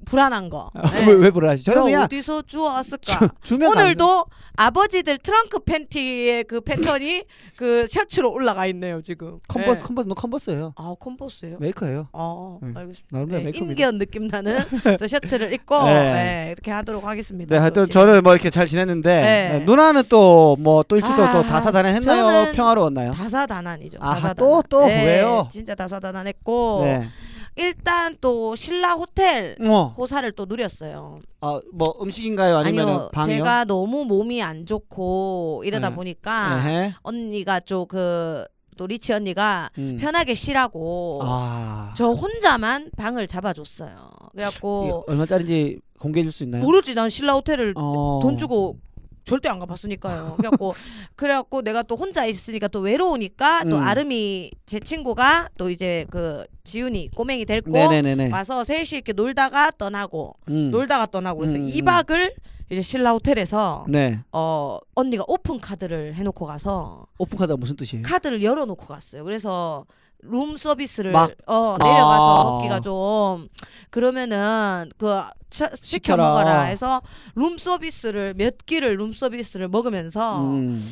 Speaker 2: 불안한 거. 네.
Speaker 1: 아, 왜, 왜 불안하시? 저는
Speaker 2: 이거
Speaker 1: 그냥
Speaker 2: 어디서 주웠을까?
Speaker 1: 주, 주면
Speaker 2: 오늘도 아버지들 트렁크 팬티의 그 패턴이 그 셔츠로 올라가 있네요 지금.
Speaker 1: 안 컴버스
Speaker 2: 네.
Speaker 1: 컴버스 너 컴버스예요.
Speaker 2: 아 컴버스예요?
Speaker 1: 메이커예요.
Speaker 2: 어,
Speaker 1: 네.
Speaker 2: 알겠습니다.
Speaker 1: 나름대로
Speaker 2: 네,
Speaker 1: 메이크업이.
Speaker 2: 인견 느낌 나는 저 셔츠를 입고
Speaker 1: 네.
Speaker 2: 네, 이렇게 하도록 하겠습니다.
Speaker 1: 네, 하여튼
Speaker 2: 그렇지.
Speaker 1: 저는 뭐 이렇게 잘 지냈는데
Speaker 2: 네.
Speaker 1: 네, 누나는 또 뭐 또 일주일 동안
Speaker 2: 아,
Speaker 1: 또 다사다난했나요?
Speaker 2: 저는
Speaker 1: 평화로웠나요?
Speaker 2: 다사다난이죠.
Speaker 1: 아하,
Speaker 2: 다사다난.
Speaker 1: 또, 또
Speaker 2: 네,
Speaker 1: 왜요?
Speaker 2: 진짜 다사다난했고
Speaker 1: 네.
Speaker 2: 일단 또 신라 호텔
Speaker 1: 뭐,
Speaker 2: 호사를 또 누렸어요.
Speaker 1: 아, 뭐 음식인가요? 아니면
Speaker 2: 아니요,
Speaker 1: 방이요?
Speaker 2: 제가 너무 몸이 안 좋고 이러다
Speaker 1: 네.
Speaker 2: 보니까
Speaker 1: 에헤.
Speaker 2: 언니가 좀 그 또 리치 언니가
Speaker 1: 음.
Speaker 2: 편하게 쉬라고
Speaker 1: 아,
Speaker 2: 저 혼자만 방을 잡아줬어요. 그래갖고
Speaker 1: 이게 얼마짜리인지 공개해 줄 수 있나요?
Speaker 2: 모르지 난 신라 호텔을
Speaker 1: 어.
Speaker 2: 돈 주고 절대 안 가봤으니까요. 그래갖고 그래갖고 내가 또 혼자 있으니까 또 외로우니까 또
Speaker 1: 음.
Speaker 2: 아름이 제 친구가 또 이제 그 지훈이 꼬맹이 데리고
Speaker 1: 네네네네.
Speaker 2: 와서 셋이 이렇게 놀다가 떠나고
Speaker 1: 음.
Speaker 2: 놀다가 떠나고 그래서
Speaker 1: 음, 음.
Speaker 2: 2박을 이제 신라 호텔에서
Speaker 1: 네.
Speaker 2: 어 언니가 오픈 카드를 해놓고 가서
Speaker 1: 오픈카드가 무슨 뜻이에요?
Speaker 2: 카드를 열어놓고 갔어요. 그래서 룸 서비스를
Speaker 1: 막-
Speaker 2: 어
Speaker 1: 아.
Speaker 2: 내려가서 먹기가 좀 그러면은 그 차- 시켜
Speaker 1: 시켜라.
Speaker 2: 먹어라 해서 룸 서비스를 몇 끼를 룸 서비스를 먹으면서
Speaker 1: 음.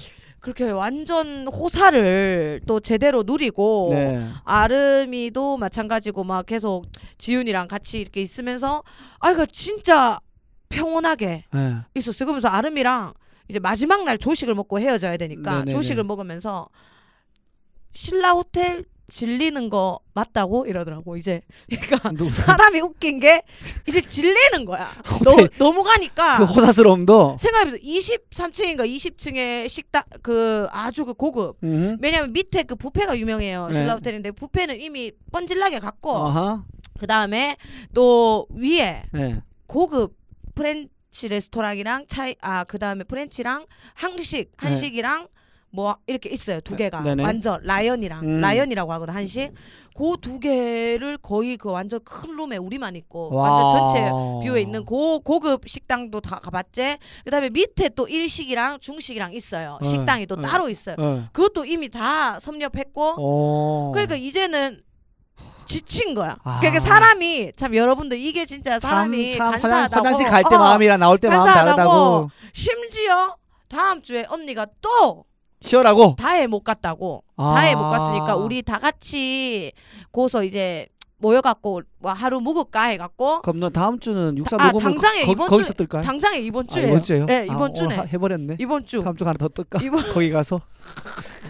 Speaker 2: 그렇게 완전 호사를 또 제대로 누리고
Speaker 1: 네.
Speaker 2: 아름이도 마찬가지고 막 계속 지윤이랑 같이 이렇게 있으면서 아이가 진짜 평온하게
Speaker 1: 네.
Speaker 2: 있었어요. 그러면서 아름이랑 이제 마지막 날 조식을 먹고 헤어져야 되니까
Speaker 1: 네네네.
Speaker 2: 조식을 먹으면서 신라 호텔 질리는 거 맞다고 이러더라고 이제 그러니까
Speaker 1: 누-
Speaker 2: 사람이 웃긴 게 이제 질리는 거야 너,
Speaker 1: 호텔-
Speaker 2: 너무 가니까
Speaker 1: 그
Speaker 2: 뭐.
Speaker 1: 호사스러움도.
Speaker 2: 생각해보세요 23층인가 20층에 식당 그 아주 그 고급
Speaker 1: 음.
Speaker 2: 왜냐면 밑에 그 뷔페가 유명해요
Speaker 1: 네. 어.
Speaker 2: 신라 호텔인데 뷔페는 이미 뻔질나게 갔고
Speaker 1: 아하.
Speaker 2: 그 다음에 또 위에
Speaker 1: 네.
Speaker 2: 고급 프렌치 레스토랑이랑 차이 아 그다음에 프렌치랑 한식 한식이랑 뭐 이렇게 있어요 두 개가
Speaker 1: 네. 네네.
Speaker 2: 완전 라연이랑
Speaker 1: 음.
Speaker 2: 라연이라고 하거든 한식 그 두 개를 거의 그 완전 큰 룸에 우리만 있고
Speaker 1: 와.
Speaker 2: 완전 전체 뷰에 있는 고 고급 식당도 다 가봤지 그다음에 밑에 또 일식이랑 중식이랑 있어요
Speaker 1: 네.
Speaker 2: 식당이 또
Speaker 1: 네.
Speaker 2: 따로 있어요
Speaker 1: 네.
Speaker 2: 그것도 이미 다 섭렵했고
Speaker 1: 어.
Speaker 2: 그러니까 이제는 지친 거야.
Speaker 1: 아.
Speaker 2: 그러니까 사람이 참 여러분들 이게 진짜 사람이
Speaker 1: 참, 참 화장,
Speaker 2: 간사하다고
Speaker 1: 화장실 갈 때
Speaker 2: 어,
Speaker 1: 마음이랑 나올 때 마음
Speaker 2: 간사하다고.
Speaker 1: 다르다고.
Speaker 2: 심지어 다음 주에 언니가 또
Speaker 1: 쉬어라고.
Speaker 2: 다해 못 갔다고
Speaker 1: 아.
Speaker 2: 다해 못 갔으니까 우리 다 같이 고서 이제 모여갖고 뭐 하루 묵을까 해갖고
Speaker 1: 그럼 너 다음 주는 육사
Speaker 2: 아,
Speaker 1: 녹음을
Speaker 2: 당장에
Speaker 1: 거,
Speaker 2: 이번
Speaker 1: 거기
Speaker 2: 주-
Speaker 1: 서뜰까요
Speaker 2: 당장에 이번 주에
Speaker 1: 아, 이번 주에요?
Speaker 2: 네
Speaker 1: 아,
Speaker 2: 이번
Speaker 1: 오늘
Speaker 2: 주네
Speaker 1: 하- 해버렸네.
Speaker 2: 이번 주
Speaker 1: 다음 주 하나 더 뜰까?
Speaker 2: 이번
Speaker 1: 거기 가서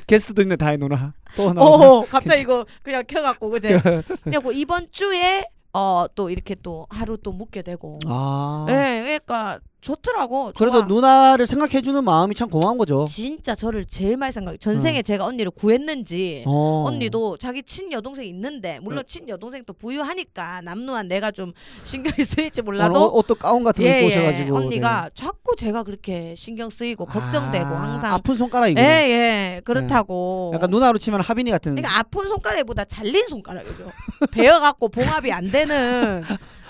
Speaker 1: 게스트도 있네 다 해놓나. 또 하나.
Speaker 2: 오 어, 갑자기 이거 그냥 켜갖고 그제 그리고 이번 주에 어 또 이렇게 또 하루 또 묵게 되고
Speaker 1: 아.
Speaker 2: 예, 그러니까 좋더라고.
Speaker 1: 그래도
Speaker 2: 좋아.
Speaker 1: 누나를 어. 생각해주는 마음이 참 고마운 거죠.
Speaker 2: 진짜 저를 제일 많이 생각해. 전생에 제가 언니를 구했는지.
Speaker 1: 어.
Speaker 2: 언니도 자기 친 여동생 있는데 물론 친 여동생 또 부유하니까 남루한 내가 좀 신경이 쓰일지 몰라도 예,
Speaker 1: 오늘 옷, 도 가운 어, 같은 거 입고 오셔가지고
Speaker 2: 언니가 자꾸 제가 그렇게 신경 쓰이고
Speaker 1: 네.
Speaker 2: 걱정되고
Speaker 1: 아,
Speaker 2: 항상
Speaker 1: 아픈 손가락이고
Speaker 2: 예 예, 그렇다고
Speaker 1: 네. 약간 누나로 치면 하빈이 같은
Speaker 2: 그러니까 아픈 손가락보다 잘린 손가락이죠 베어갖고 봉합이 안 되는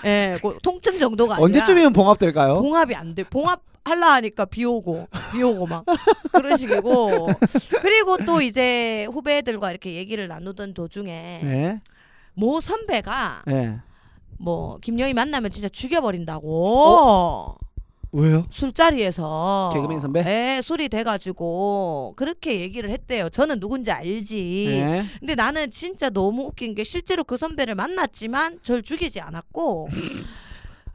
Speaker 2: 예그 통증 정도가 아니라
Speaker 1: 언제쯤이면 봉합될까요?
Speaker 2: 봉합이 안 돼. 봉합 할라 하니까 비 오고 비 오고 막 그런 식이고 그리고 또 이제 후배들과 이렇게 얘기를 나누던 도중에
Speaker 1: 네.
Speaker 2: 모 선배가
Speaker 1: 네.
Speaker 2: 뭐 김영희 만나면 진짜 죽여버린다고
Speaker 1: 왜요?
Speaker 2: 술자리에서
Speaker 1: 어? 개그맨 선배?
Speaker 2: 예, 술이 돼가지고 그렇게 얘기를 했대요. 저는 누군지 알지.
Speaker 1: 네.
Speaker 2: 근데 나는 진짜 너무 웃긴 게 실제로 그 선배를 만났지만 절 죽이지 않았고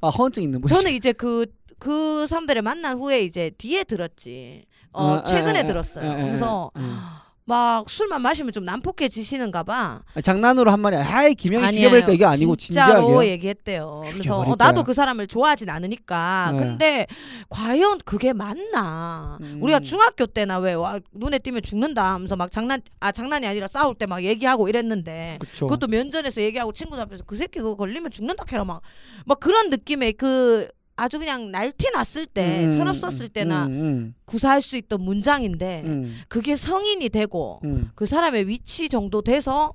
Speaker 1: 아 허언증 있는 분.
Speaker 2: 저는 이제 그 그 선배를 만난 후에 이제 뒤에 들었지. 어
Speaker 1: 아,
Speaker 2: 최근에
Speaker 1: 아, 아,
Speaker 2: 들었어요.
Speaker 1: 아, 아,
Speaker 2: 그래서
Speaker 1: 아.
Speaker 2: 막 술만 마시면 좀 난폭해지시는가 봐.
Speaker 1: 아, 장난으로 한 말이 하이 김영희 죽여버릴까 이게 아니고
Speaker 2: 진짜로 예.
Speaker 1: 진지하게
Speaker 2: 얘기했대요. 그래서
Speaker 1: 죽여버릴
Speaker 2: 어, 나도
Speaker 1: 거야.
Speaker 2: 그 사람을 좋아하진 않으니까.
Speaker 1: 네.
Speaker 2: 근데 과연 그게 맞나?
Speaker 1: 음.
Speaker 2: 우리가 중학교 때나 왜 와, 눈에 띄면 죽는다 하면서 막 장난 아 장난이 아니라 싸울 때 막 얘기하고 이랬는데
Speaker 1: 그쵸.
Speaker 2: 그것도 면전에서 얘기하고 친구들 앞에서 그 새끼 그거 걸리면 죽는다 캐라 막, 막 그런 느낌의 그 아주 그냥 날티 났을 때
Speaker 1: 음,
Speaker 2: 네, 철없었을 때나 네.
Speaker 1: 음, 음,
Speaker 2: 구사할 수 있던 문장인데
Speaker 1: 음,
Speaker 2: 그게 성인이 되고
Speaker 1: 음,
Speaker 2: 그 사람의 위치 정도 돼서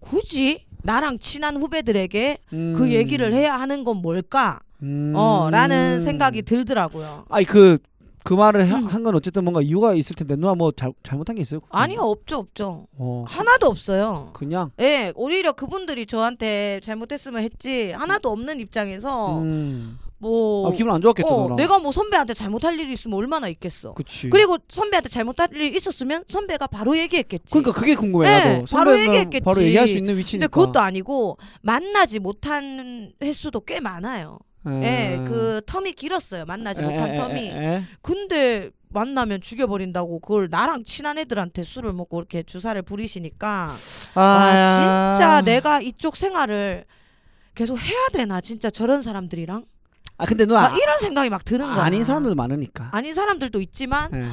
Speaker 2: 굳이 나랑 친한 후배들에게
Speaker 1: 음.
Speaker 2: 그 얘기를 해야 하는 건 뭘까?
Speaker 1: 음.
Speaker 2: 어, 라는 생각이 들더라고요.
Speaker 1: 아니 그 그 말을
Speaker 2: 음.
Speaker 1: 한 건 어쨌든 뭔가 이유가 있을 텐데 누나 뭐 잘, 잘못한 게 있어요?
Speaker 2: 아니요, 없죠, 없죠.
Speaker 1: 어,
Speaker 2: 하나도 없어요.
Speaker 1: 그냥
Speaker 2: 예, 오히려 그분들이 저한테 잘못했으면 했지 하나도 없는 입장에서
Speaker 1: 음.
Speaker 2: 뭐
Speaker 1: 아, 기분 안 좋았겠다
Speaker 2: 어,
Speaker 1: 누나.
Speaker 2: 내가 뭐 선배한테 잘못할 일이 있으면 얼마나 있겠어.
Speaker 1: 그치.
Speaker 2: 그리고 선배한테 잘못할 일이 있었으면 선배가 바로 얘기했겠지.
Speaker 1: 그러니까 그게 궁금해
Speaker 2: 네,
Speaker 1: 나도.
Speaker 2: 바로
Speaker 1: 선배는
Speaker 2: 얘기했겠지.
Speaker 1: 바로 얘기할 수 있는
Speaker 2: 근데
Speaker 1: 위치니까.
Speaker 2: 그것도 아니고 만나지 못한 횟수도 꽤 많아요.
Speaker 1: 음.
Speaker 2: 예, 그 텀이 길었어요. 만나지 못한
Speaker 1: 예,
Speaker 2: 텀이. 근데 만나면 죽여버린다고 그걸 나랑 친한 애들한테 술을 먹고 이렇게 주사를 부리시니까
Speaker 1: 아,
Speaker 2: 와 진짜
Speaker 1: 야.
Speaker 2: 내가 이쪽 생활을 계속 해야 되나 진짜 저런 사람들이랑
Speaker 1: 아 근데 누나
Speaker 2: 막 이런 생각이 막 드는 거야.
Speaker 1: 아닌 사람들도 많으니까.
Speaker 2: 아닌 아, 사람들도 있지만
Speaker 1: 예.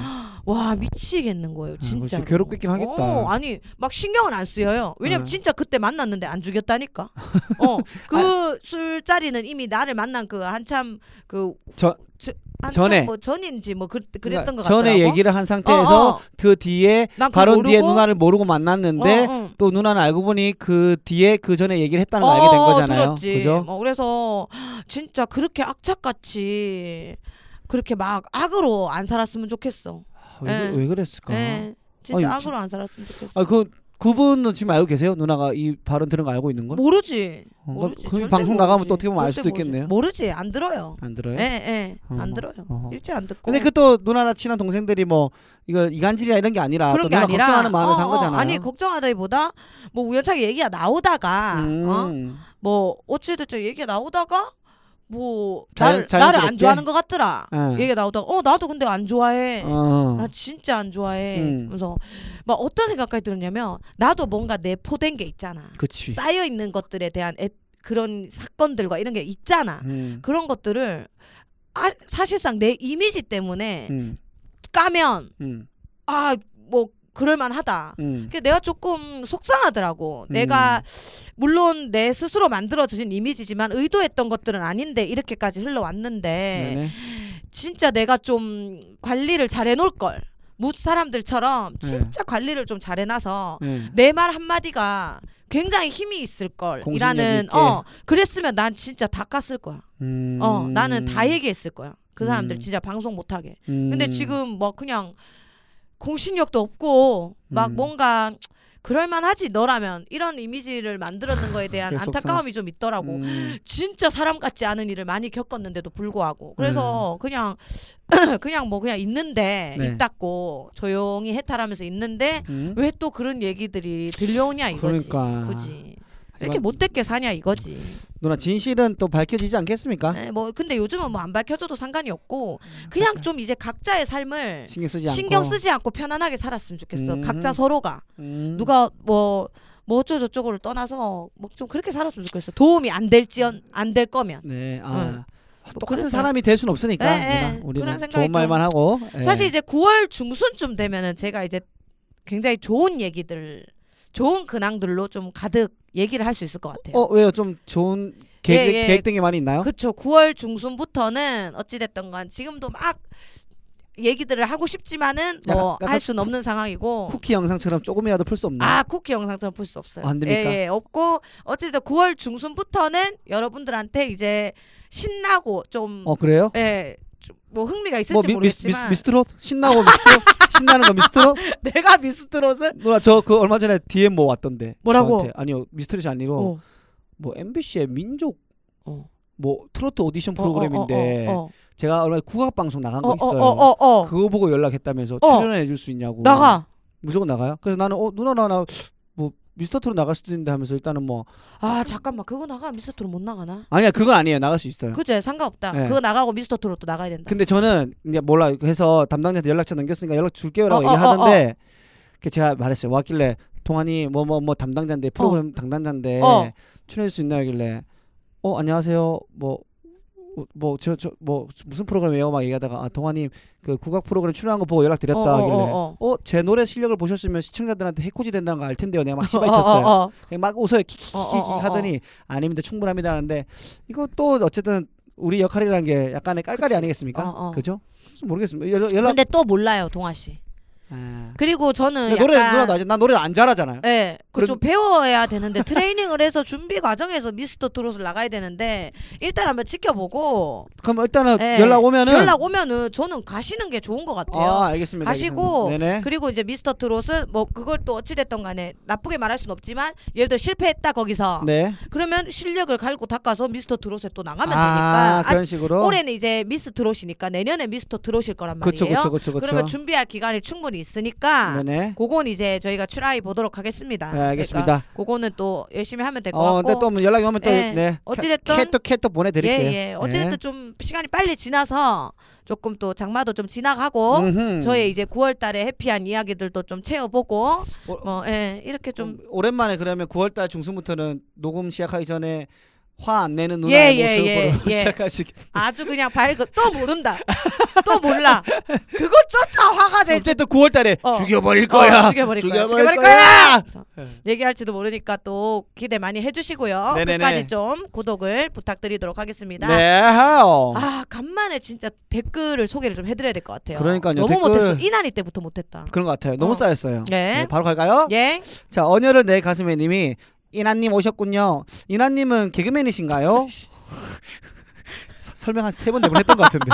Speaker 2: 와 미치겠는 거예요
Speaker 1: 아, 그거
Speaker 2: 진짜.
Speaker 1: 진짜 그렇죠. 괴롭겠긴 하겠다.
Speaker 2: 어, 아니 막 신경은 안 쓰여요. 왜냐면
Speaker 1: 네.
Speaker 2: 진짜 그때 만났는데 안 죽였다니까. 어, 어그 술자리는 이미 나를 만난 그 한참 그
Speaker 1: 저-
Speaker 2: 저- 아니,
Speaker 1: 전에.
Speaker 2: 전뭐 전인지 뭐 그,
Speaker 1: 그러니까
Speaker 2: 그랬던 것 같더라고.
Speaker 1: 전에 얘기를 한 상태에서
Speaker 2: 어, 어.
Speaker 1: 그 뒤에
Speaker 2: 난 그거
Speaker 1: 발언 뒤에
Speaker 2: 모르고,
Speaker 1: 누나를 모르고 만났는데
Speaker 2: 어, 응.
Speaker 1: 또 누나는 알고 보니 그 뒤에 그 전에 얘기를 했다는
Speaker 2: 어,
Speaker 1: 걸 알게 된
Speaker 2: 어,
Speaker 1: 거잖아요.
Speaker 2: 들었지.
Speaker 1: 그죠?
Speaker 2: 뭐 그래서 진짜 그렇게 악착같이 그렇게 막 악으로 안 살았으면 좋겠어.
Speaker 1: 아, 왜,
Speaker 2: 예.
Speaker 1: 그- 왜 그랬을까?
Speaker 2: 예. 진짜
Speaker 1: 아니,
Speaker 2: 악으로 안 살았으면 좋겠어.
Speaker 1: 아, 그 그분은 지금 알고 계세요? 누나가 이 발언 들은 거 알고 있는
Speaker 2: 뭐,
Speaker 1: 걸?
Speaker 2: 모르지.
Speaker 1: 뭐? 어,
Speaker 2: 모르지.
Speaker 1: 그
Speaker 2: 절대
Speaker 1: 방송 나가면 또 어떻게 보면 알
Speaker 2: 절대
Speaker 1: 수도
Speaker 2: 모르지.
Speaker 1: 있겠네요.
Speaker 2: 모르지. 안 들어요.
Speaker 1: 안 들어요?
Speaker 2: 예, 예. 안
Speaker 1: 어허,
Speaker 2: 들어요.
Speaker 1: 어허.
Speaker 2: 일제 안 듣고.
Speaker 1: 근데 그 또 누나나 친한 동생들이 뭐 이거 이간질이야 이런 게 아니라 또
Speaker 2: 그런 게
Speaker 1: 누나
Speaker 2: 아니라
Speaker 1: 걱정하는 마음에
Speaker 2: 어,
Speaker 1: 산
Speaker 2: 어,
Speaker 1: 거잖아요.
Speaker 2: 아니 걱정하다기보다 뭐 우연찮게 얘기가 나오다가 어?
Speaker 1: 음.
Speaker 2: 뭐 어찌됐든 얘기가 나오다가 뭐
Speaker 1: 자연-
Speaker 2: 나를, 나를
Speaker 1: 자연스럽게?
Speaker 2: 안 좋아하는 것 같더라.
Speaker 1: 예.
Speaker 2: 얘기가 나오다가 어 나도 근데 안 좋아해.
Speaker 1: 어.
Speaker 2: 나 진짜 안 좋아해.
Speaker 1: 음.
Speaker 2: 그래서 막 어떤 생각까지 들었냐면 나도 뭔가 내포된 게 있잖아.
Speaker 1: 그치.
Speaker 2: 쌓여 있는 것들에 대한 앱, 그런 사건들과 이런 게 있잖아.
Speaker 1: 음.
Speaker 2: 그런 것들을 아, 사실상 내 이미지 때문에
Speaker 1: 음.
Speaker 2: 까면
Speaker 1: 음.
Speaker 2: 아 뭐 그럴만하다.
Speaker 1: 음.
Speaker 2: 그게 내가 조금 속상하더라고.
Speaker 1: 음.
Speaker 2: 내가 물론 내 스스로 만들어진 이미지지만 의도했던 것들은 아닌데 이렇게까지 흘러왔는데
Speaker 1: 네네.
Speaker 2: 진짜 내가 좀 관리를 잘 해놓을 걸. 무 사람들처럼 진짜 관리를 좀 잘 해놔서
Speaker 1: 네.
Speaker 2: 내 말 한마디가 굉장히 힘이 있을 걸.
Speaker 1: 공신력
Speaker 2: 이라는
Speaker 1: 있게.
Speaker 2: 어 그랬으면 난 진짜 다 깠을 거야.
Speaker 1: 음.
Speaker 2: 어 나는 다 얘기했을 거야. 그 사람들
Speaker 1: 음.
Speaker 2: 진짜 방송 못하게.
Speaker 1: 음.
Speaker 2: 근데 지금 뭐 그냥 공신력도 없고 막
Speaker 1: 음.
Speaker 2: 뭔가 그럴만하지 너라면 이런 이미지를 만들었는 거에 대한
Speaker 1: 그래서
Speaker 2: 안타까움이 좀 있더라고.
Speaker 1: 음.
Speaker 2: 진짜 사람 같지 않은 일을 많이 겪었는데도 불구하고 그래서 그냥 그냥 뭐 그냥 있는데
Speaker 1: 음. 네.
Speaker 2: 입 닫고 조용히 해탈하면서 있는데
Speaker 1: 음.
Speaker 2: 왜 또 그런 얘기들이 들려오냐 이거지.
Speaker 1: 그러니까.
Speaker 2: 굳이 왜
Speaker 1: 하지만
Speaker 2: 이렇게 뭐 못됐게 사냐 이거지.
Speaker 1: 누나 진실은 또 밝혀지지 않겠습니까?
Speaker 2: 네, 뭐 근데 요즘은 뭐 안 밝혀줘도 상관이 없고 그냥 좀 이제 각자의 삶을
Speaker 1: 음, 그렇죠. 신경 쓰지 않고
Speaker 2: 신경 쓰지 않고 편안하게 살았으면 좋겠어.
Speaker 1: 음.
Speaker 2: 각자 서로가
Speaker 1: 음.
Speaker 2: 누가 뭐. 뭐 어쩌 저쩌고를 떠나서 뭐 좀 그렇게 살았으면 좋겠어. 도움이 안 될지언 안 될 거면
Speaker 1: 네. 아. 똑같은
Speaker 2: 그래서-
Speaker 1: 사람이 될 수는 없으니까
Speaker 2: 예, 예.
Speaker 1: 누나. 우리는
Speaker 2: 그런
Speaker 1: 좋은
Speaker 2: 생각이 좀-
Speaker 1: 말만 하고 예.
Speaker 2: 사실 이제 9월 중순쯤 되면은 제가 이제 굉장히 좋은 얘기들, 좋은 근황들로 좀 가득 얘기를 할 수 있을 것 같아요.
Speaker 1: 어 왜요? 좀 좋은 계획,
Speaker 2: 예, 예.
Speaker 1: 계획된 게 많이 있나요?
Speaker 2: 그렇죠. 9월 중순부터는 어찌 됐던 간 지금도 막 얘기들을 하고 싶지만은
Speaker 1: 약간-
Speaker 2: 뭐
Speaker 1: 약간
Speaker 2: 할 수는 없는 상황이고
Speaker 1: 쿠키 영상처럼 조금이라도 풀 수 없나?
Speaker 2: 아 쿠키 영상처럼 볼 수 없어요.
Speaker 1: 네. 아, 안 됩니까?
Speaker 2: 예, 예, 없고 어쨌든 9월 중순부터는 여러분들한테 이제 신나고 좀
Speaker 1: 어 그래요?
Speaker 2: 예. 좀뭐 흥미가 있을지
Speaker 1: 뭐 미, 미스, 미스,
Speaker 2: 모르겠지만
Speaker 1: 미스트롯 신나고 미스트롯 신나는 거 미스트롯
Speaker 2: 내가 미스트롯을
Speaker 1: 누나 저 그 얼마 전에 DM 뭐 왔던데
Speaker 2: 뭐라고?
Speaker 1: 저한테. 아니요 미스트롯이 아니고
Speaker 2: 어,
Speaker 1: 뭐 MBC의 민족
Speaker 2: 어.
Speaker 1: 뭐 트로트 오디션 프로그램인데
Speaker 2: 어, 어, 어, 어.
Speaker 1: 제가 얼마 전에 국악 방송 나간 거
Speaker 2: 어,
Speaker 1: 있어요
Speaker 2: 어, 어, 어, 어.
Speaker 1: 그거 보고 연락했다면서
Speaker 2: 어.
Speaker 1: 출연해 줄 수 있냐고
Speaker 2: 나가.
Speaker 1: 무조건 나가요 그래서 나는 어 누나 나 뭐 미스터트롯 나갈 수도 있는데 하면서 일단은 뭐
Speaker 2: 아 잠깐만 그거 나가 미스터 트롯 못 나가나?
Speaker 1: 아니야 그건 아니에요 나갈 수 있어요
Speaker 2: 그제 상관없다.
Speaker 1: 예.
Speaker 2: 그거 나가고 미스터 트롯도 나가야 된다.
Speaker 1: 근데 저는 이제 몰라 해서 담당자한테 연락처 넘겼으니까 연락 줄게요라고
Speaker 2: 어,
Speaker 1: 얘기를
Speaker 2: 어, 어,
Speaker 1: 하는데 그 제가 말했어요 왔길래 동환이 뭐 뭐 뭐 담당자인데 프로그램 담당자인데
Speaker 2: 어.
Speaker 1: 출연할 수 있나 하길래 어 안녕하세요 뭐뭐저저뭐 무슨 프로그램이에요 막 얘기하다가 아 동환님 그 국악 프로그램 출연한 거 보고 연락드렸다
Speaker 2: 어, 어,
Speaker 1: 하길래
Speaker 2: 어,
Speaker 1: 어제 노래 실력을 보셨으면 시청자들한테 해코지 된다는 거 알 텐데요 내가 막 시발
Speaker 2: 어,
Speaker 1: 쳤어요
Speaker 2: 어, 어.
Speaker 1: 그냥 막 웃어요 키키키키
Speaker 2: 어, 어, 어, 어.
Speaker 1: 하더니 아닙니다 충분합니다 하는데 이거 또 어쨌든 우리 역할이라는 게 약간의 깔깔이
Speaker 2: 그치.
Speaker 1: 아니겠습니까
Speaker 2: 어, 어.
Speaker 1: 그죠 그래서 모르겠습니다 연락, 연락
Speaker 2: 근데 또 몰라요 동아 씨.
Speaker 1: 아.
Speaker 2: 그리고 저는
Speaker 1: 근데 노래
Speaker 2: 약간
Speaker 1: 누나도 알죠 나 노래를 안 잘하잖아요
Speaker 2: 예,
Speaker 1: 그런-
Speaker 2: 그좀 배워야 되는데 트레이닝을 해서 준비 과정에서 미스터 트롯을 나가야 되는데 일단 한번 지켜보고
Speaker 1: 그럼 일단은
Speaker 2: 네.
Speaker 1: 아, 연락 오면은
Speaker 2: 연락 오면은 저는 가시는 게 좋은 것 같아요.
Speaker 1: 아 알겠습니다
Speaker 2: 가시고
Speaker 1: 알겠습니다. 네네
Speaker 2: 그리고 이제 미스터 트롯은 뭐 그걸 또 어찌 됐던 간에 나쁘게 말할 순 없지만 예를 들어 실패했다 거기서
Speaker 1: 네
Speaker 2: 그러면 실력을 갈고 닦아서 미스터 트롯에 또 나가면
Speaker 1: 아,
Speaker 2: 되니까
Speaker 1: 그런 식으로
Speaker 2: 아, 올해는 이제 미스 트롯이니까 내년에 미스터 트롯일 거란
Speaker 1: 그쵸
Speaker 2: 말이에요.
Speaker 1: 그쵸 그쵸
Speaker 2: 러면
Speaker 1: 그쵸
Speaker 2: 준비할 기간이 충분히 있으니까
Speaker 1: 네네
Speaker 2: 그건 이제 저희가 출하해 보도록 하겠습니다.
Speaker 1: 네, 알겠습니다
Speaker 2: 그러니까 그거는 또 열심히 하면 될 것
Speaker 1: 어 근데
Speaker 2: 같고.
Speaker 1: 또 한번 연락이 오면
Speaker 2: 예.
Speaker 1: 또네
Speaker 2: 어찌됐든
Speaker 1: 캣톡 캣톡 보내드릴게요 네.
Speaker 2: 예, 예. 어쨌든 좀 시간이 빨리 지나서 조금 또 장마도 좀 지나가고
Speaker 1: 음흠.
Speaker 2: 저의 이제 9월 달에 해피한 이야기들도 좀 채워보고
Speaker 1: 어,
Speaker 2: 뭐 예, 이렇게 좀
Speaker 1: 음, 오랜만에 그러면 9월달 중순부터는 녹음 시작하기 전에 화 안 내는 누나의
Speaker 2: 예, 예,
Speaker 1: 모습으로
Speaker 2: 예, 예.
Speaker 1: 시작할 수 있게.
Speaker 2: 아주 그냥 밝은 또 모른다. 또 몰라. 그것조차 화가 될
Speaker 1: 어쨌든 9월달에
Speaker 2: 어.
Speaker 1: 죽여버릴 거야.
Speaker 2: 어, 죽여버릴 거야. 죽여버릴 거야. 그래서 얘기할지도 모르니까 또 기대 많이 해주시고요.
Speaker 1: 네네네.
Speaker 2: 끝까지 좀 구독을 부탁드리도록 하겠습니다.
Speaker 1: 네, 하오.
Speaker 2: 아 간만에 진짜 댓글을 소개를 좀 해드려야 될 것 같아요.
Speaker 1: 그러니까요,
Speaker 2: 너무
Speaker 1: 댓글.
Speaker 2: 못했어. 이날이 때부터 못했다.
Speaker 1: 그런 것 같아요. 너무
Speaker 2: 어.
Speaker 1: 쌓였어요.
Speaker 2: 예.
Speaker 1: 네, 바로 갈까요?
Speaker 2: 예.
Speaker 1: 자, 언열을 내 가슴에 님이 이나님 오셨군요. 이나님은 개그맨이신가요? 서- 설명 한 세 번 네 번 했던 것 같은데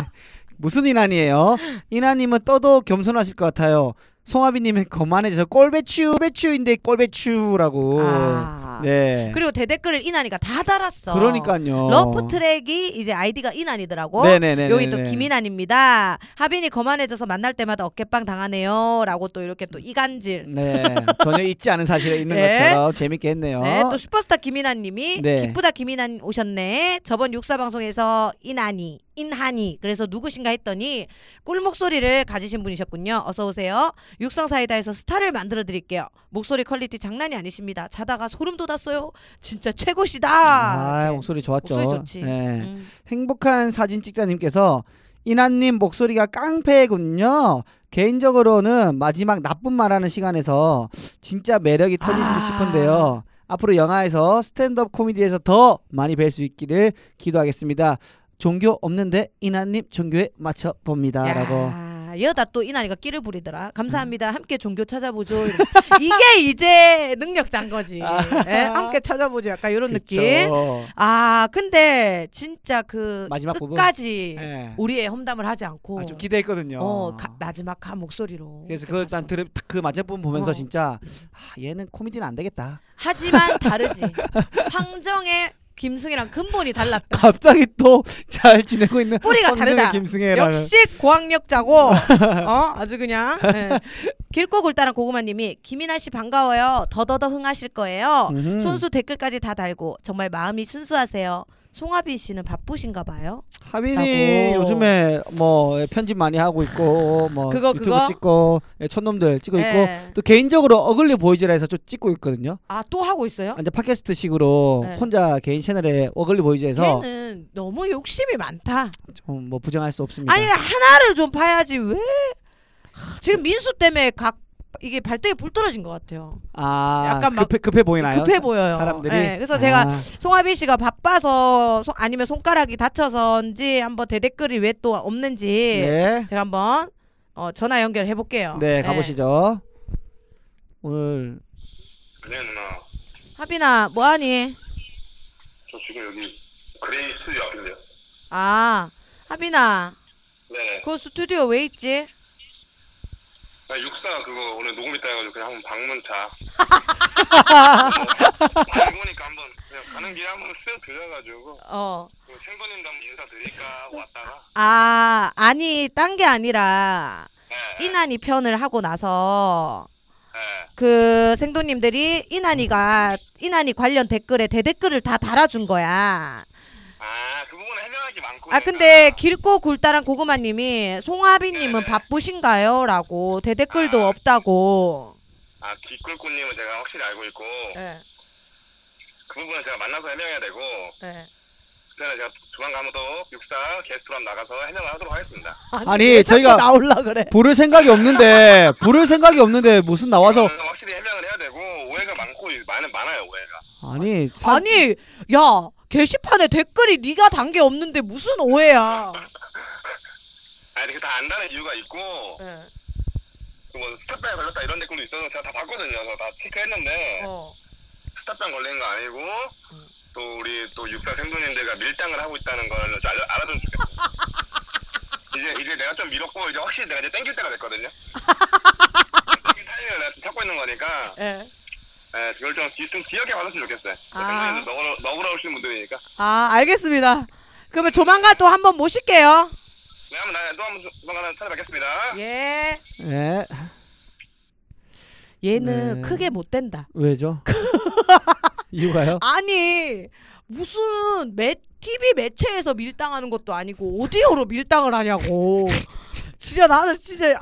Speaker 1: 무슨 이난이에요? 이난님은 떠도 겸손하실 것 같아요. 송하비님의 거만해져서 꼴배추 배추인데 꼴배추라고.
Speaker 2: 아.
Speaker 1: 네.
Speaker 2: 그리고 대댓글을 이난이가 다 달았어.
Speaker 1: 그러니까요.
Speaker 2: 러프 트랙이 이제 아이디가 이난이더라고.
Speaker 1: 네네네.
Speaker 2: 여기 또 김이난입니다. 하빈이 거만해져서 만날 때마다 어깨빵 당하네요.라고 또 이렇게 또 이간질.
Speaker 1: 네. 전혀 잊지 않은 사실에 있는
Speaker 2: 네.
Speaker 1: 것처럼 재밌게 했네요.
Speaker 2: 네, 또 슈퍼스타 김이나님이
Speaker 1: 어? 네.
Speaker 2: 기쁘다 김이난 오셨네. 저번 육사 방송에서 이난이, 인하니 그래서 누구신가 했더니 꿀 목소리를 가지신 분이셨군요. 어서 오세요. 육성 사이다에서 스타를 만들어 드릴게요. 목소리 퀄리티 장난이 아니십니다. 자다가 소름 돋았어요. 진짜 최고시다.
Speaker 1: 아,
Speaker 2: 네.
Speaker 1: 목소리 좋았죠.
Speaker 2: 목소리 좋지.
Speaker 1: 네.
Speaker 2: 음.
Speaker 1: 행복한 사진 찍자님께서 이나님 목소리가 깡패군요. 개인적으로는 마지막 나쁜 말하는 시간에서 진짜 매력이 터지신
Speaker 2: 아.
Speaker 1: 듯 싶은데요. 앞으로 영화에서 스탠드업 코미디에서 더 많이 뵐 수 있기를 기도하겠습니다. 종교 없는데 이나님 종교에 맞춰 봅니다라고. 음.
Speaker 2: 야, 이러다 또 이날이가 끼를 부리더라. 감사합니다. 함께 종교 찾아보죠. 이러면서. 이게 이제 능력자인 거지.
Speaker 1: 아.
Speaker 2: 예, 함께 찾아보죠. 약간 이런 느낌. 아 근데 진짜 그
Speaker 1: 마지막 부분?
Speaker 2: 끝까지
Speaker 1: 예.
Speaker 2: 우리의 험담을 하지 않고
Speaker 1: 아, 좀 기대했거든요.
Speaker 2: 어 가, 마지막 한 목소리로
Speaker 1: 그래서
Speaker 2: 이렇게
Speaker 1: 그걸 일단
Speaker 2: 봤어.
Speaker 1: 들그 마지막 보면서
Speaker 2: 어.
Speaker 1: 진짜 아, 얘는 코미디는 안 되겠다.
Speaker 2: 하지만 다르지 황정의 김승이랑 근본이 달랐다
Speaker 1: 갑자기 또 잘 지내고 있는
Speaker 2: 뿌리가
Speaker 1: 선생의
Speaker 2: 다르다.
Speaker 1: 김승혜라는
Speaker 2: 역시 고학력자고 어 아주 그냥 예. 길고 굴다란 고구마님이 김이나 씨 반가워요 더더더 흥하실 거예요
Speaker 1: 음흠.
Speaker 2: 손수 댓글까지 다 달고 정말 마음이 순수하세요 송하빈 씨는 바쁘신가 봐요
Speaker 1: 하빈이
Speaker 2: 라고.
Speaker 1: 요즘에 뭐 편집 많이 하고 있고 뭐
Speaker 2: 그거,
Speaker 1: 유튜브
Speaker 2: 그거?
Speaker 1: 찍고 예, 촌놈들 찍고 있고
Speaker 2: 예.
Speaker 1: 또 개인적으로 어글리 보이즈라해서 좀 찍고 있거든요.
Speaker 2: 아또 하고 있어요
Speaker 1: 완전 팟캐스트식으로
Speaker 2: 예.
Speaker 1: 혼자 개인 채널에 어글리 보이즈에서
Speaker 2: 걔는 너무 욕심이 많다.
Speaker 1: 좀 뭐 부정할 수 없습니다.
Speaker 2: 아니 하나를 좀 파야지 왜 하, 지금 민수 때문에 각 이게 발등에 불 떨어진 것 같아요.
Speaker 1: 아,
Speaker 2: 약간 막
Speaker 1: 급해 급해 보이나요?
Speaker 2: 급해 보여요.
Speaker 1: 사람들이.
Speaker 2: 예, 그래서
Speaker 1: 아,
Speaker 2: 제가 송하빈 씨가 바빠서 손- 아니면 손가락이 다쳐서인지 한번 대댓글이 왜 또 없는지
Speaker 1: 네.
Speaker 2: 제가 한번 어, 전화 연결해 볼게요.
Speaker 1: 네, 가보시죠. 오늘
Speaker 3: 네 누나
Speaker 2: 하빈아 뭐하니?
Speaker 3: 저 지금 여기 그레이 스튜디오 앞인데요
Speaker 2: 아 하빈아
Speaker 3: 네네
Speaker 2: 그 스튜디오 왜 있지?
Speaker 3: 나 아, 육사 그거 오늘 녹음 있다 해가지고 그냥 한번 방문차 방문이니까 한번 그냥 가는 길에 한번 쓱 들려가지고
Speaker 2: 어.
Speaker 3: 그 생도님도 한번 인사드릴까 하고 왔다가
Speaker 2: 아 아니 딴 게 아니라
Speaker 3: 네,
Speaker 2: 이난이 편을 하고 나서
Speaker 3: 네.
Speaker 2: 그 생도님들이 이난이가 이난이 관련 댓글에 대댓글을 다 달아준 거야.
Speaker 3: 아그 부분은 해명할 게 많고
Speaker 2: 아 근데 길고 굴다란 고구마님이 송하빈님은
Speaker 3: 네.
Speaker 2: 바쁘신가요?라고 대댓글도 없다고.
Speaker 3: 아 뒷골꽃님은 제가 확실히 알고 있고
Speaker 2: 네,
Speaker 3: 그 부분은 제가 만나서 해명해야 되고
Speaker 2: 네.
Speaker 3: 그다음에 제가 조만간 한번 또 육사 게스트로 한번 나가서 해명을 하도록 하겠습니다
Speaker 1: 아니 저희가
Speaker 2: 나올라 그래.
Speaker 1: 부를 생각이 없는데 부를 생각이 없는데 무슨 나와서
Speaker 3: 저는 확실히 해명을 해야 되고 오해가 많고 많은 많아요 오해가
Speaker 1: 아니 사-
Speaker 2: 아니 야 게시판에 댓글이 네가 단 게 없는데 무슨 오해야?
Speaker 3: 아니 이렇게 다 안다는 이유가 있고 그
Speaker 2: 네.
Speaker 3: 뭐 스탑병 걸렸다 이런 댓글도 있어서 제가 다 봤거든요. 그래서 다 체크했는데
Speaker 2: 어.
Speaker 3: 스탑병 걸린 거 아니고 또 우리 또 육사 생도님들과 밀당을 하고 있다는 걸 알려, 알아두면 좋겠어. 이제 이제 내가 좀 밀었고 이제 확실히 내가 이제 땡길 때가 됐거든요. 땡길 타이밍을 내가 좀 찾고 있는 거니까
Speaker 2: 예.
Speaker 3: 예, 그걸 좀, 기, 좀 기억해 받았으면 좋겠어요.
Speaker 2: 아.
Speaker 3: 생도님들 너그러, 너그러우신 분들이니까.
Speaker 2: 아 알겠습니다. 그러면 조만간 또 한번 모실게요.
Speaker 3: 네, 한번 나- 또 한번 조만간 찾아뵙겠습니다.
Speaker 2: 예.
Speaker 1: 네.
Speaker 2: 얘는
Speaker 1: 네.
Speaker 2: 크게 못 된다.
Speaker 1: 왜죠? 이유가요?
Speaker 2: 아니 무슨 매 TV 매체에서 밀당하는 것도 아니고 오디오로 밀당을 하냐고. 진짜 나는 진짜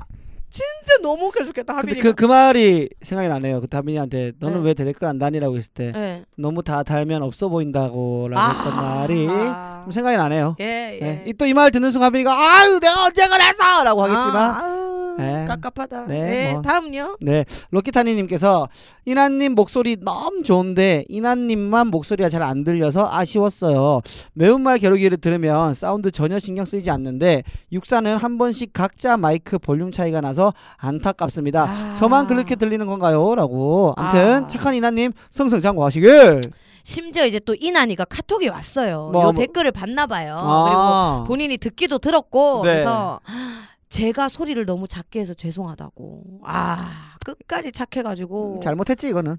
Speaker 2: 진짜 너무 웃겨 죽겠다
Speaker 1: 근데
Speaker 2: 아, 하빈이가.
Speaker 1: 그, 그 말이 생각이 나네요. 그때 하빈이한테 너는
Speaker 2: 네.
Speaker 1: 왜 대댓글 안 다니라고 했을 때
Speaker 2: 네.
Speaker 1: 너무 다 달면 없어 보인다고 라고 했던 말이
Speaker 2: 아.
Speaker 1: 좀 생각이 나네요.
Speaker 2: 예, 예.
Speaker 1: 네. 또이 말 듣는 순간 하빈이가 아유 내가 언제 그랬어 라고 뭐 하겠지만 예.
Speaker 2: 아, 아우, 깝깝하다.
Speaker 1: 네,
Speaker 2: 네,
Speaker 1: 뭐.
Speaker 2: 다음요.
Speaker 1: 네 로키타니님께서 이나님 목소리 너무 좋은데 이나님만 목소리가 잘 안 들려서 아쉬웠어요. 매운말 겨루기를 들으면 사운드 전혀 신경 쓰이지 않는데 육사는 한 번씩 각자 마이크 볼륨 차이가 나서 안타깝습니다.
Speaker 2: 아.
Speaker 1: 저만 그렇게 들리는 건가요? 라고 아무튼
Speaker 2: 아.
Speaker 1: 착한 이나님 승승장구하시길
Speaker 2: 심지어 이제 또 이난이가 카톡이 왔어요.
Speaker 1: 뭐,
Speaker 2: 요
Speaker 1: 뭐.
Speaker 2: 댓글을 봤나 봐요.
Speaker 1: 아.
Speaker 2: 어, 그리고 본인이 듣기도 들었고
Speaker 1: 네.
Speaker 2: 그래서 제가 소리를 너무 작게 해서 죄송하다고. 아 끝까지 착해가지고
Speaker 1: 잘못했지 이거는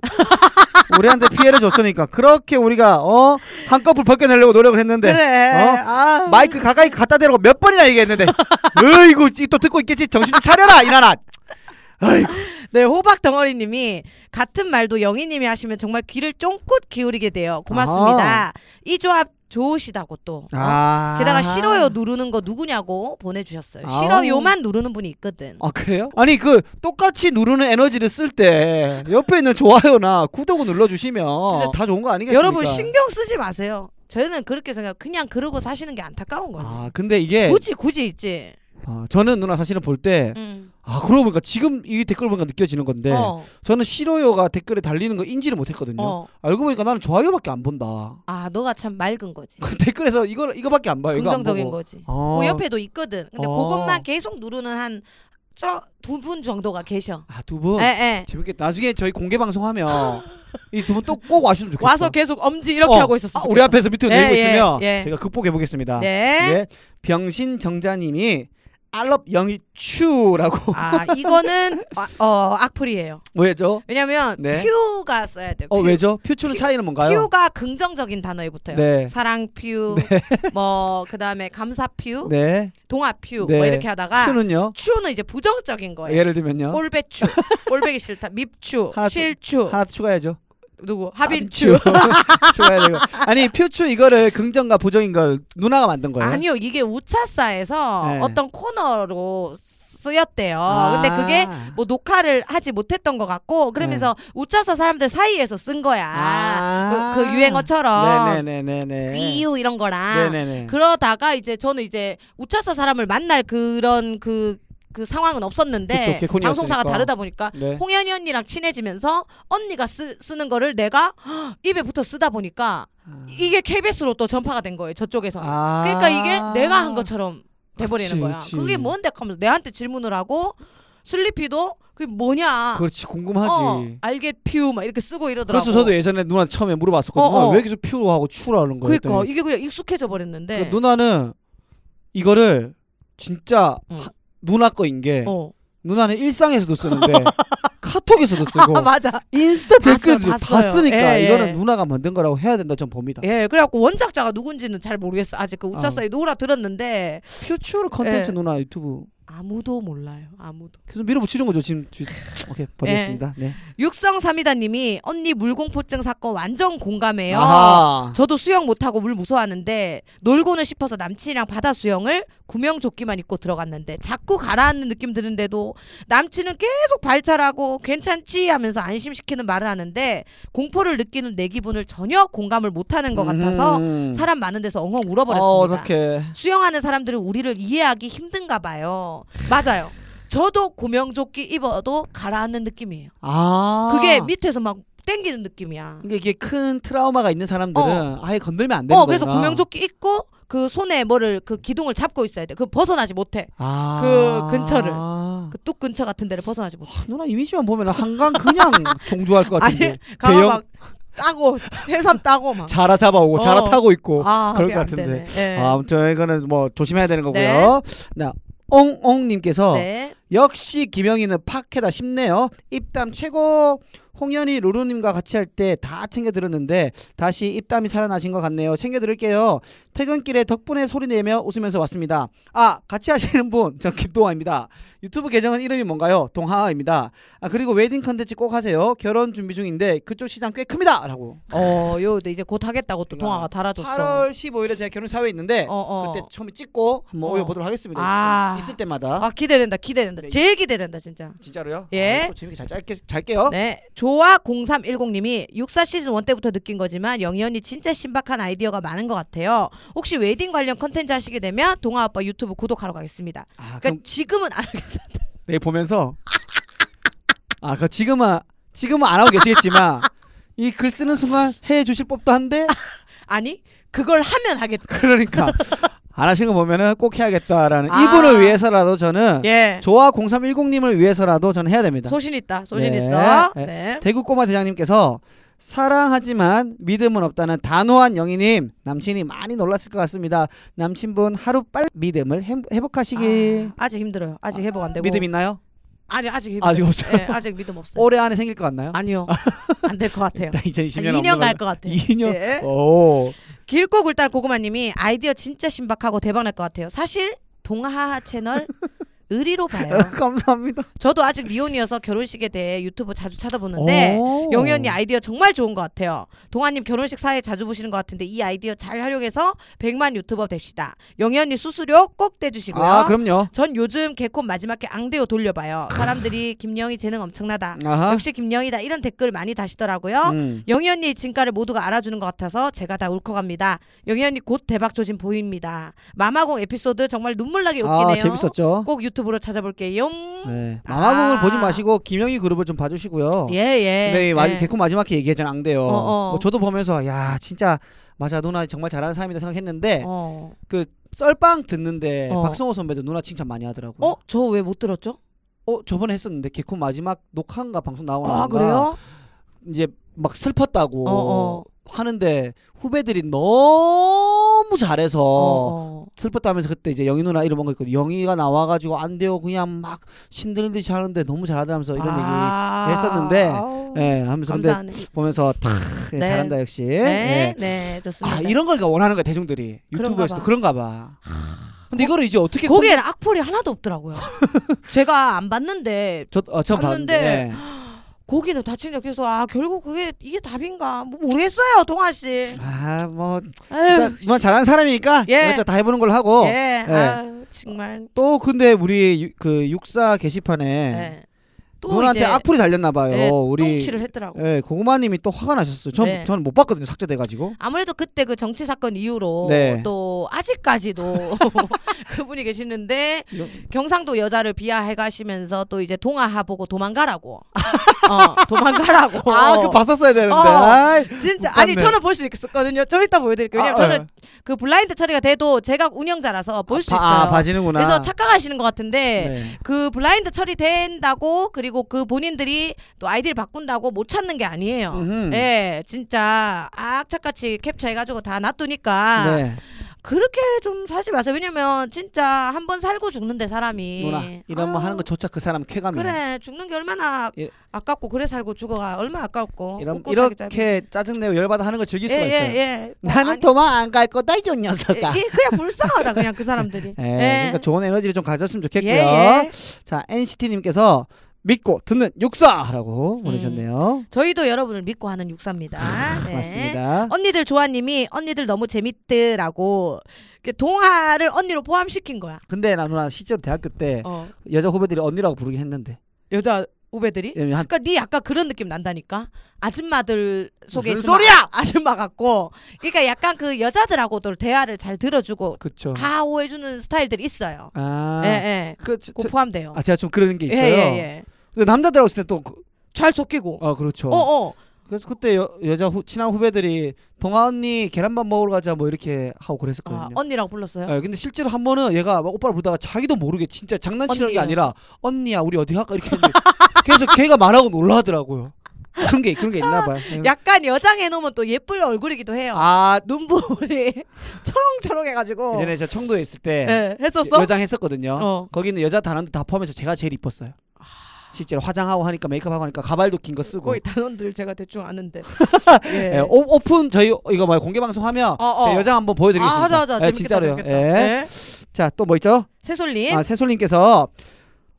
Speaker 1: 우리한테 피해를 줬으니까 그렇게 우리가 어 한꺼풀 벗겨내려고 노력을 했는데
Speaker 2: 그래.
Speaker 1: 어?
Speaker 2: 아.
Speaker 1: 마이크 가까이 갖다 대라고 몇 번이나 얘기했는데 으이구 이또 듣고 있겠지 정신 좀 차려라 이나나
Speaker 2: 네 호박 덩어리님이 같은 말도 영희님이 하시면 정말 귀를 쫑긋 기울이게 돼요. 고맙습니다. 이 조합 좋으시다고 또. 어?
Speaker 1: 아
Speaker 2: 게다가 싫어요 누르는 거 누구냐고 보내주셨어요.
Speaker 1: 아우.
Speaker 2: 싫어요만 누르는 분이 있거든.
Speaker 1: 아 그래요? 아니 그 똑같이 누르는 에너지를 쓸 때 옆에 있는 좋아요나 구독을 눌러주시면
Speaker 2: 진짜
Speaker 1: 다 좋은 거 아니겠습니까?
Speaker 2: 여러분 신경 쓰지 마세요. 저는 그렇게 생각. 그냥 그러고 사시는 게 안타까운 거지. 네.
Speaker 1: 아 근데 이게
Speaker 2: 굳이 굳이 있지.
Speaker 1: 어, 저는 누나 사실은 볼 때 아
Speaker 2: 음.
Speaker 1: 그러고 보니까 지금 이 댓글 보니까 느껴지는 건데
Speaker 2: 어.
Speaker 1: 저는 싫어요가 댓글에 달리는 거 인지를 못했거든요.
Speaker 2: 어.
Speaker 1: 알고 보니까 나는 좋아요밖에 안 본다.
Speaker 2: 아 너가 참 맑은 거지.
Speaker 1: 그 댓글에서 이거 이거밖에 안 봐요. 이거 안
Speaker 2: 긍정적인
Speaker 1: 보고.
Speaker 2: 거지.
Speaker 1: 어.
Speaker 2: 그 옆에도 있거든. 근데
Speaker 1: 어.
Speaker 2: 그것만 계속 누르는 한 저 두 분 정도가 계셔.
Speaker 1: 아두 분.
Speaker 2: 예 예.
Speaker 1: 재밌겠다. 나중에 저희 공개 방송하면 이 두 분 또 꼭 와주면 좋겠다.
Speaker 2: 와서 계속 엄지 이렇게
Speaker 1: 그러니까. 어,
Speaker 2: 하고 있었어.
Speaker 1: 아, 우리 앞에서 예. 밑으로
Speaker 2: 예,
Speaker 1: 내리고
Speaker 2: 예,
Speaker 1: 있으면
Speaker 2: 예.
Speaker 1: 제가 극복해 보겠습니다.
Speaker 2: 네.
Speaker 1: 병신 정자님이 알럽 영이 추라고
Speaker 2: 아 이거는 아, 어 악플이에요.
Speaker 1: 왜죠?
Speaker 2: 왜냐면
Speaker 1: 네.
Speaker 2: 퓨가 써야 돼.
Speaker 1: 어
Speaker 2: 퓨.
Speaker 1: 왜죠? 퓨추는 차이는 뭔가요?
Speaker 2: 퓨가 긍정적인 단어에 붙어요.
Speaker 1: 네.
Speaker 2: 사랑 퓨, 뭐 그다음에 감사 퓨,
Speaker 1: 네.
Speaker 2: 동화 퓨,
Speaker 1: 네.
Speaker 2: 뭐 이렇게 하다가
Speaker 1: 추는요? 어,
Speaker 2: 추는 이제 부정적인 거예요.
Speaker 1: 예를 들면요.
Speaker 2: 꼴배추, 꼴배기 싫다, 밉추,
Speaker 1: 하나 더-
Speaker 2: 실추,
Speaker 1: 하나 추가해야죠.
Speaker 2: 누구 하빈추.
Speaker 1: 추가해야 되고. 아니 퓨추 이거를 긍정과 부정인 걸 누나가 만든 거예요.
Speaker 2: 아니요, 이게 우차사에서
Speaker 1: 네. 아.
Speaker 2: 어떤 코너로 쓰였대요. 근데 그게 뭐 녹화를 하지 못했던 것 같고 그러면서 우차사 사람들 사이에서 쓴 거야.
Speaker 1: 네. 아.
Speaker 2: 그, 그 유행어처럼
Speaker 1: 네네네네네.
Speaker 2: 귀유 아. 이런 거랑
Speaker 1: 네네네.
Speaker 2: 그러다가 이제 저는 이제 우차사 사람을 만날 그런 그, 그 상황은
Speaker 1: 그쵸,
Speaker 2: 없었는데
Speaker 1: 개콘이었으니까.
Speaker 2: 방송사가 다르다 보니까
Speaker 1: 네.
Speaker 2: 홍현이 언니랑 친해지면서 언니가 쓰, 쓰는 거를 내가 헉, 입에 붙어 쓰다 보니까 이게 KBS로 또 전파가 된 거예요 저쪽에서 는
Speaker 1: 아.
Speaker 2: 그러니까 이게 내가 한 것처럼 돼버리는
Speaker 1: 그치,
Speaker 2: 거야
Speaker 1: 그치.
Speaker 2: 그게 뭔데 하면서 내한테 질문을 하고 슬리피도 그게 뭐냐
Speaker 1: 그렇지 궁금하지.
Speaker 2: 어, 알게 피우 막 이렇게 쓰고 이러더라고
Speaker 1: 그래서 저도 예전에 누나 처음에 물어봤었거든요.
Speaker 2: 어, 어.
Speaker 1: 왜 계속 퓨하고 추라는 거예요. 그러니까
Speaker 2: 그러니까 네. 이게 그냥 익숙해져 버렸는데
Speaker 1: 누나는 이거를 진짜
Speaker 2: 응.
Speaker 1: 하- 누나 거인 게
Speaker 2: 어.
Speaker 1: 누나는 일상에서도 쓰는데 카톡에서도 쓰고
Speaker 2: 아 맞아
Speaker 1: 인스타 댓글도
Speaker 2: 봤어요,
Speaker 1: 봤으니까
Speaker 2: 봤어요. 예, 예.
Speaker 1: 이거는 누나가 만든 거라고 해야 된다 전 봅니다.
Speaker 2: 예, 그래갖고 원작자가 누군지는 잘 모르겠어. 아직 그 우차사에 노라 들었는데
Speaker 1: 퓨처 컨텐츠
Speaker 2: 예.
Speaker 1: 누나 유튜브
Speaker 2: 아무도 몰라요. 아무도.
Speaker 1: 계속 밀어붙이는 거죠 지금. 지-
Speaker 2: 예.
Speaker 1: 오케이 버리겠습니다. 네.
Speaker 2: 육성 삼이다님이 언니 물공포증 사건 완전 공감해요.
Speaker 1: 아하.
Speaker 2: 저도 수영 못하고 물 무서워하는데 놀고는 싶어서 남친이랑 바다 수영을 구명조끼만 입고 들어갔는데 자꾸 가라앉는 느낌 드는데도 남친은 계속 발차라고 괜찮지 하면서 안심시키는 말을 하는데 공포를 느끼는 내 기분을 전혀 공감을 못하는 것 같아서
Speaker 1: 음.
Speaker 2: 사람 많은 데서 엉엉
Speaker 1: 어,
Speaker 2: 울어버렸습니다.
Speaker 1: 어떻게?
Speaker 2: 수영하는 사람들은 우리를 이해하기 힘든가 봐요. 맞아요. 저도 고명조끼 입어도 가라앉는 느낌이에요.
Speaker 1: 아.
Speaker 2: 그게 밑에서 막 땡기는 느낌이야.
Speaker 1: 근데 이게 큰 트라우마가 있는 사람들은 아예 건들면 안 되는
Speaker 2: 어,
Speaker 1: 거구나.
Speaker 2: 그래서 구명조끼 입고 그 손에 뭐를 그 기둥을 잡고 있어야 돼. 그 벗어나지 못해.
Speaker 1: 아.
Speaker 2: 그 근처를.
Speaker 1: 아,
Speaker 2: 그 뚝 근처 같은 데를 벗어나지 못해.
Speaker 1: 누나 이미지만 보면 한강 그냥 종주할 것
Speaker 2: 아니,
Speaker 1: 같은데.
Speaker 2: 가만
Speaker 1: 대형-
Speaker 2: 막 따고 해삼 따고 막.
Speaker 1: 자라 잡아오고
Speaker 2: 어.
Speaker 1: 자라 타고 있고.
Speaker 2: 아,
Speaker 1: 그럴
Speaker 2: 그게
Speaker 1: 것
Speaker 2: 안
Speaker 1: 같은데.
Speaker 2: 되네. 예.
Speaker 1: 아, 아무튼 이거는 뭐 조심해야 되는 거고요.
Speaker 2: 네.
Speaker 1: 나 옹옹님께서
Speaker 2: 네.
Speaker 1: 역시 김영희는 팍해다 싶네요. 입담 최고. 홍현이 루루님과 같이 할 때 다 챙겨 들었는데 다시 입담이 살아나신 것 같네요. 챙겨 들을게요. 퇴근길에 덕분에 소리내며 웃으면서 왔습니다. 아 같이 하시는 분저 김동아입니다. 유튜브 계정은 이름이 뭔가요? 동하입니다. 아 그리고 웨딩 컨텐츠 꼭 하세요. 결혼 준비 중인데 그쪽 시장 꽤 큽니다라고.
Speaker 2: 어, 요 이제 곧 하겠다고 또 동화가 달아줬어.
Speaker 1: 8월 15일에 제가 결혼 사회에 있는데
Speaker 2: 어, 어.
Speaker 1: 그때 처음에 찍고 한번
Speaker 2: 어.
Speaker 1: 올려보도록 하겠습니다.
Speaker 2: 아.
Speaker 1: 있을 때마다
Speaker 2: 아 기대된다, 기대된다.
Speaker 1: 네.
Speaker 2: 제일 기대된다 진짜.
Speaker 1: 진짜로요?
Speaker 2: 예.
Speaker 1: 아, 또 재밌게 잘 짧게 잘게요.
Speaker 2: 네, 조아 0310님이 육사 시즌 1 때부터 느낀 거지만 영희언니 진짜 신박한 아이디어가 많은 것 같아요. 혹시 웨딩 관련 컨텐츠 하시게 되면 동아 아빠 유튜브 구독하러 가겠습니다.
Speaker 1: 아 그럼
Speaker 2: 그러니까 지금은 안 하겠다.
Speaker 1: 내일 네, 보면서 아 그 지금은 지금은 안 하고 계시겠지만 이 글 쓰는 순간 해 주실 법도 한데
Speaker 2: 아니 그걸 하면 하겠다.
Speaker 1: 그러니까 안 하시는 거 보면은 꼭 해야겠다라는
Speaker 2: 아.
Speaker 1: 이분을 위해서라도 저는
Speaker 2: 예,
Speaker 1: 조아 0310님을 위해서라도 저는 해야 됩니다.
Speaker 2: 소신 있다, 소신
Speaker 1: 네.
Speaker 2: 있어.
Speaker 1: 네.
Speaker 2: 네.
Speaker 1: 대구 꼬마 대장님께서 사랑하지만 믿음은 없다는 단호한 영희님 남친이 많이 놀랐을 것 같습니다. 남친분 하루 빨리 믿음을 행- 회복하시길
Speaker 2: 아, 네, 뭐. 직 힘들어요. 아직 회복 안 되고.
Speaker 1: 믿음 있나요?
Speaker 2: 아니 아직 힘들어요.
Speaker 1: 아직 없어요.
Speaker 2: 예, 아직 믿음 없어요.
Speaker 1: 올해 안에 생길 것 같나요?
Speaker 2: 아니요, 안 될 것 같아요.
Speaker 1: 일단 2020년
Speaker 2: 한 2년 갈 것 같아요.
Speaker 1: 2년. 어.
Speaker 2: 예.
Speaker 1: 오.
Speaker 2: 길고 굴달 고구마님이 아이디어 진짜 신박하고 대박날 것 같아요. 사실 동하 채널 의리로 봐요.
Speaker 1: 감사합니다.
Speaker 2: 저도 아직 미혼이어서 결혼식에 대해 유튜브 자주 찾아보는데
Speaker 1: 오.
Speaker 2: 영희 언니 아이디어 정말 좋은 것 같아요. 동아님 결혼식 사회 자주 보시는 것 같은데 이 아이디어 잘 활용해서 100만 유튜버 됩시다. 영희 언니 수수료 꼭 떼주시고요.
Speaker 1: 아, 그럼요.
Speaker 2: 전 요즘 개콘 마지막에 앙대요 돌려봐요. 사람들이 김영희 재능 엄청나다.
Speaker 1: 아하.
Speaker 2: 역시 어? 김영희다 이런 댓글 많이 다시더라고요.
Speaker 1: 음.
Speaker 2: 영희 언니 진가를 모두가 알아주는 것 같아서 제가 다 울컥합니다. 영희 언니 곧 대박 조짐 보입니다. 마마공 에피소드 정말 눈물나게 웃기네요.
Speaker 1: 아, 재밌었죠.
Speaker 2: 꼭 유튜브로 찾아볼게요.
Speaker 1: 네. 마마공을
Speaker 2: 아.
Speaker 1: 보지 마시고 김영희 그룹을 좀 봐주시고요.
Speaker 2: 예, 예.
Speaker 1: 어. 근데 마
Speaker 2: 예.
Speaker 1: 개콘 마지막에 얘기했잖아 앙대요.
Speaker 2: 어, 어.
Speaker 1: 뭐 저도 보면서 야 진짜 맞아 누나 정말 잘하는 사람이다 생각했는데
Speaker 2: 어,
Speaker 1: 썰빵 듣는데
Speaker 2: 어.
Speaker 1: 박성호 선배도 누나 칭찬 많이 하더라고.
Speaker 2: 어 저 왜 못 들었죠?
Speaker 1: 어 저번에 했었는데 개콘 마지막 녹화인가 방송 나오는
Speaker 2: 아, 그래요?
Speaker 1: 이제 막 슬펐다고
Speaker 2: 어, 어.
Speaker 1: 하는데 후배들이 너무 잘해서
Speaker 2: 어, 어.
Speaker 1: 슬펐다면서 그때 이제 영희 누나 이런 거 있거든. 영희가 나와가지고 안 돼요 그냥 막 신드는 듯이 하는데 너무 잘하더라면서 이런
Speaker 2: 아,
Speaker 1: 얘기 했었는데
Speaker 2: 아우,
Speaker 1: 얘기. 예 하면서 근데
Speaker 2: 감사하네.
Speaker 1: 보면서 탁 예,
Speaker 2: 네.
Speaker 1: 잘한다 역시. 예.
Speaker 2: 네, 네, 좋습니다.
Speaker 1: 아 이런 걸 원하는 거야 대중들이
Speaker 2: 그런가
Speaker 1: 유튜브에서도
Speaker 2: 봐.
Speaker 1: 그런가 봐. 근데 이거를 이제 어떻게 공-
Speaker 2: 거기에는 악플이 하나도 없더라고요. 제가 안 봤는데
Speaker 1: 저 어, 처음
Speaker 2: 봤는데
Speaker 1: 봤는데
Speaker 2: 거기는 다 친척 그래서 아 결국 그게 이게 답인가 뭐 모르겠어요 동아 씨.
Speaker 1: 예. 아뭐
Speaker 2: 아유,
Speaker 1: 뭐 잘하는 사람이니까
Speaker 2: 음. 예.
Speaker 1: 이것저것 다 해보는 걸로 하고
Speaker 2: 예, 아 정말.
Speaker 1: 또 근데 우리 유, 그 육사 게시판에
Speaker 2: 예. 또
Speaker 1: 누나한테
Speaker 2: 이제
Speaker 1: 악플이 달렸나 봐요.
Speaker 2: 예,
Speaker 1: 우리
Speaker 2: 똥칠을 했더라고.
Speaker 1: 예, 고구마님이 또 화가 나셨어요. 전
Speaker 2: 네.
Speaker 1: 저는 못 봤거든요. 삭제돼가지고.
Speaker 2: 아무래도 그때 그 정치 사건 이후로
Speaker 1: 네.
Speaker 2: 또 아직까지도 그분이 계시는데 경상도 여자를 비하해 가시면서 또 이제 동아하 보고 도망가라고. 어, 도망가라고.
Speaker 1: 아, 그 봤었어야 되는데.
Speaker 2: 어.
Speaker 1: 아이,
Speaker 2: 진짜
Speaker 1: 못
Speaker 2: 아니
Speaker 1: 봤네.
Speaker 2: 저는 볼 수 있었거든요. 좀 이따 보여드릴게요. 왜냐면
Speaker 1: 아,
Speaker 2: 저는 그 블라인드 처리가 돼도 제가 운영자라서 볼 수
Speaker 1: 바,
Speaker 2: 있어요.
Speaker 1: 아, 봐지는구나.
Speaker 2: 그래서 착각하시는 것 같은데
Speaker 1: 네.
Speaker 2: 그 블라인드 처리된다고 그리고 그 본인들이 또 아이디를 바꾼다고 못 찾는 게 아니에요.
Speaker 1: 음흠.
Speaker 2: 예, 진짜 악착같이 캡처해가지고 다 놔두니까
Speaker 1: 네.
Speaker 2: 그렇게 좀 사지 마세요. 왜냐면 진짜 한 번 살고 죽는데 사람이
Speaker 1: 누나 이런 뭐
Speaker 2: 아유,
Speaker 1: 하는 거조차 그 사람 쾌감이.
Speaker 2: 예. 그래 죽는 게 얼마나
Speaker 1: 예.
Speaker 2: 아깝고 그래 살고 죽어가 얼마나 아깝고
Speaker 1: 이런
Speaker 2: 웃고 살기 짧은데.
Speaker 1: 이렇게 짜증내고 열받아 하는 걸 즐길 수가
Speaker 2: 예,
Speaker 1: 있어요.
Speaker 2: 예, 예. 뭐
Speaker 1: 나는
Speaker 2: 아니-
Speaker 1: 도망 안 갈 거다 이 녀석아.
Speaker 2: 예, 그냥 불쌍하다 그냥 그 사람들이.
Speaker 1: 예,
Speaker 2: 예.
Speaker 1: 그러니까 좋은 에너지를 좀 가졌으면 좋겠고요.
Speaker 2: 예, 예.
Speaker 1: 자 NCT님께서 믿고 듣는
Speaker 2: 음.
Speaker 1: 육사라고 보내셨네요.
Speaker 2: 저희도 여러분을 믿고 하는 육사입니다.
Speaker 1: 아,
Speaker 2: 네.
Speaker 1: 맞습니다.
Speaker 2: 언니들 조아님이 언니들 너무 재밌더라고. 이렇게 동화를 언니로 포함시킨 거야.
Speaker 1: 근데 나 누나 실제로 대학교 때
Speaker 2: 어.
Speaker 1: 여자 후배들이 언니라고 부르긴 했는데
Speaker 2: 여자 후배들이.
Speaker 1: 왜냐면 한
Speaker 2: 그러니까 네 약간 그런 느낌 난다니까. 아줌마들 속에
Speaker 1: 무슨
Speaker 2: 있으면
Speaker 1: 소리야!
Speaker 2: 아- 아줌마 같고. 그러니까 약간 그 여자들하고도 대화를 잘 들어주고
Speaker 1: 그쵸.
Speaker 2: 하오해주는 스타일들이 있어요.
Speaker 1: 음. 아,
Speaker 2: 예, 예.
Speaker 1: 그, 저,
Speaker 2: 그
Speaker 1: 저,
Speaker 2: 포함돼요.
Speaker 1: 아 제가 좀 그러는 게
Speaker 2: 예,
Speaker 1: 있어요.
Speaker 2: 예, 예.
Speaker 1: 근데 남자들하고 있을 때또 그,
Speaker 2: 잘 섞이고.
Speaker 1: 어, 그렇죠.
Speaker 2: 어, 어.
Speaker 1: 그래서 그때 여, 여자 후, 친한 후배들이 동아 언니 계란밥 먹으러 가자 뭐 이렇게 하고
Speaker 2: 아,
Speaker 1: 그랬었거든요.
Speaker 2: 언니라고 불렀어요?
Speaker 1: 예, 근데 실제로 한 번은 얘가 막 오빠를 부르다가 자기도 모르게 진짜 장난치는 게
Speaker 2: 언니요.
Speaker 1: 아니라 언니야 우리 어디 할까 이렇게 했는데 그래서 걔가 말하고 놀라더라고요. 그런 게 그런 게 있나 봐요.
Speaker 2: 약간 여장해 놓으면 또 예쁠 얼굴이기도 해요.
Speaker 1: 예. 아
Speaker 2: 눈부분이 초롱초롱 해가지고.
Speaker 1: 예전에 저 청도에 있을 때
Speaker 2: 예, 했었어?
Speaker 1: 여장 했었거든요.
Speaker 2: 어. 아.
Speaker 1: 거기는 여자 단원들 다 포함해서 제가 제일 이뻤어요. 실제로 화장하고 하니까 메이크업하고 하니까 가발도 긴 거 쓰고
Speaker 2: 거의 단원들 제가 대충 아는데. 예.
Speaker 1: 예, 오- 오픈 저희 이거 뭐 공개 방송하면
Speaker 2: 어, 어.
Speaker 1: 제 여장 한번 보여드리겠습니다.
Speaker 2: 아 하자 하자. 재밌겠다,
Speaker 1: 예, 진짜로요.
Speaker 2: 재밌겠다.
Speaker 1: 예.
Speaker 2: 네. 예?
Speaker 1: 자 또 뭐 있죠?
Speaker 2: 새솔님.
Speaker 1: 아, 새솔님께서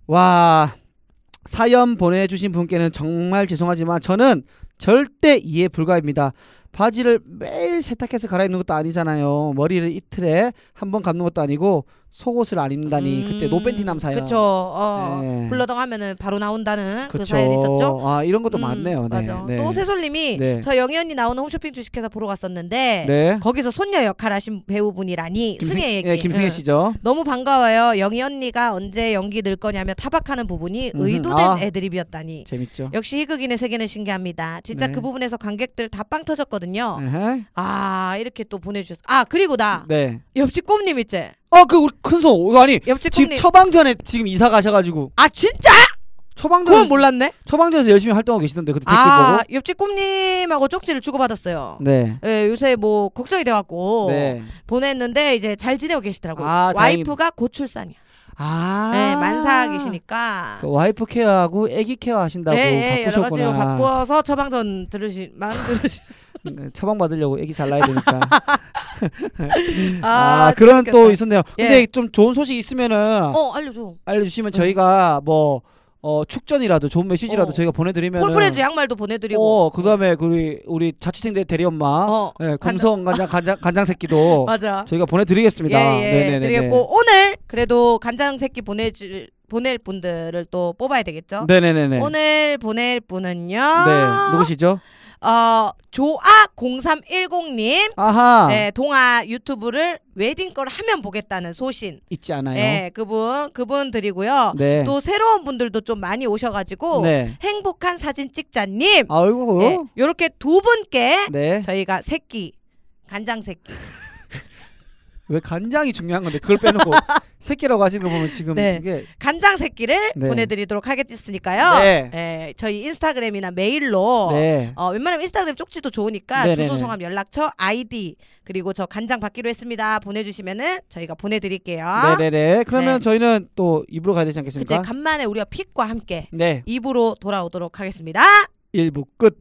Speaker 1: 와 사연 보내주신 분께는 정말 죄송하지만 저는 절대 이해 불가입니다. 바지를 매일 세탁해서 갈아입는 것도 아니잖아요. 머리를 이틀에 한 번 감는 것도 아니고 속옷을 안 입는다니 그때 노팬티 남 사연.
Speaker 2: 음, 그쵸. 어,
Speaker 1: 네.
Speaker 2: 불러덩 하면은 바로 나온다는 그
Speaker 1: 그쵸.
Speaker 2: 사연 있었죠.
Speaker 1: 아 이런 것도
Speaker 2: 음,
Speaker 1: 많네요. 네,
Speaker 2: 맞아.
Speaker 1: 네.
Speaker 2: 또 새솔님이
Speaker 1: 네.
Speaker 2: 저 영희 언니 나오는 홈쇼핑 주식회사 보러 갔었는데
Speaker 1: 네.
Speaker 2: 거기서 손녀 역할 하신 배우분이라니 승혜 얘기.
Speaker 1: 예, 김승혜
Speaker 2: 응.
Speaker 1: 씨죠.
Speaker 2: 너무 반가워요. 영희 언니가 언제 연기 늘 거냐며 타박하는 부분이
Speaker 1: 음흠.
Speaker 2: 의도된
Speaker 1: 아.
Speaker 2: 애드립이었다니.
Speaker 1: 재밌죠.
Speaker 2: 역시 희극인의 세계는 신기합니다. 진짜
Speaker 1: 네.
Speaker 2: 그 부분에서 관객들 다 빵 터졌거든요.
Speaker 1: 에헤.
Speaker 2: 아 이렇게 또 보내주셨어. 어. 아 그리고 나
Speaker 1: 네. 어,
Speaker 2: 옆집 꼼님 있제.
Speaker 1: 아그 우리 큰손 아니
Speaker 2: 옆집
Speaker 1: 지금
Speaker 2: 꼼님.
Speaker 1: 처방전에 지금 이사 가셔가지고
Speaker 2: 아 진짜?
Speaker 1: 처방전
Speaker 2: 그건 몰랐네.
Speaker 1: 처방전에서 열심히 활동하고 계시던데 그때 댓글
Speaker 2: 아
Speaker 1: 보고
Speaker 2: 옆집 꼼님하고 쪽지를 주고받았어요.
Speaker 1: 네.
Speaker 2: 예, 요새 뭐 걱정이 돼갖고
Speaker 1: 네.
Speaker 2: 보냈는데 이제 잘 지내고 계시더라고요.
Speaker 1: 아,
Speaker 2: 와이프가 고출산이야.
Speaker 1: 아.
Speaker 2: 예, 만사 계시니까.
Speaker 1: 그 와이프 케어하고 아기 케어 하신다고
Speaker 2: 예, 예, 여러 가지로
Speaker 1: 바꾸셨구나.
Speaker 2: 바꾸어서 처방전 들으신 마음 들으신.
Speaker 1: 네, 처방 받으려고 아기 잘 나야 되니까.
Speaker 2: 아,
Speaker 1: 아, 그런
Speaker 2: 재밌겠다.
Speaker 1: 또 있었네요. 근데
Speaker 2: 예.
Speaker 1: 좀 좋은 소식 있으면은
Speaker 2: 어 알려줘.
Speaker 1: 알려주시면 저희가 뭐 어, 축전이라도 좋은 메시지라도
Speaker 2: 어.
Speaker 1: 저희가 보내드리면
Speaker 2: 폴프렌즈 양말도 보내드리고.
Speaker 1: 어, 그다음에 그 우리 우리 자취생대 대리 엄마,
Speaker 2: 어,
Speaker 1: 예, 검성 간장 간장 간장 새끼도
Speaker 2: 맞아.
Speaker 1: 저희가 보내드리겠습니다.
Speaker 2: 예, 예.
Speaker 1: 어, 네네네네.
Speaker 2: 그리고 오늘 그래도 간장 새끼 보내줄 보낼 분들을 또 뽑아야 되겠죠.
Speaker 1: 네네네네.
Speaker 2: 오늘 아! 보낼 분은요.
Speaker 1: 네, 누구시죠?
Speaker 2: 어 조아 0310님.
Speaker 1: 아하,
Speaker 2: 네, 동아 유튜브를 웨딩 걸 하면 보겠다는 소신.
Speaker 1: 있지 않아요.
Speaker 2: 네, 그분 그분 드리고요.
Speaker 1: 네.
Speaker 2: 또 새로운 분들도 좀 많이 오셔가지고
Speaker 1: 네.
Speaker 2: 행복한 사진 찍자님.
Speaker 1: 아이고.
Speaker 2: 네, 이렇게 두 분께
Speaker 1: 네.
Speaker 2: 저희가 새끼 간장 새끼.
Speaker 1: 왜 간장이 중요한 건데 그걸 빼놓고 새끼라고 하시는 거 보면 지금
Speaker 2: 네.
Speaker 1: 이게
Speaker 2: 간장 새끼를
Speaker 1: 네.
Speaker 2: 보내드리도록 하겠으니까요.
Speaker 1: 네.
Speaker 2: 예, 저희 인스타그램이나 메일로
Speaker 1: 네.
Speaker 2: 어, 웬만하면 인스타그램 쪽지도 좋으니까
Speaker 1: 네네네.
Speaker 2: 주소, 성함, 연락처, 아이디 그리고 저 간장 받기로 했습니다. 보내주시면은 저희가 보내드릴게요.
Speaker 1: 네네네. 그러면
Speaker 2: 네.
Speaker 1: 저희는 또 입으로 가야 되지
Speaker 2: 그제
Speaker 1: 않겠습니까?
Speaker 2: 간만에 우리가 픽과 함께
Speaker 1: 네.
Speaker 2: 입으로 돌아오도록 하겠습니다.
Speaker 1: 일부 끝.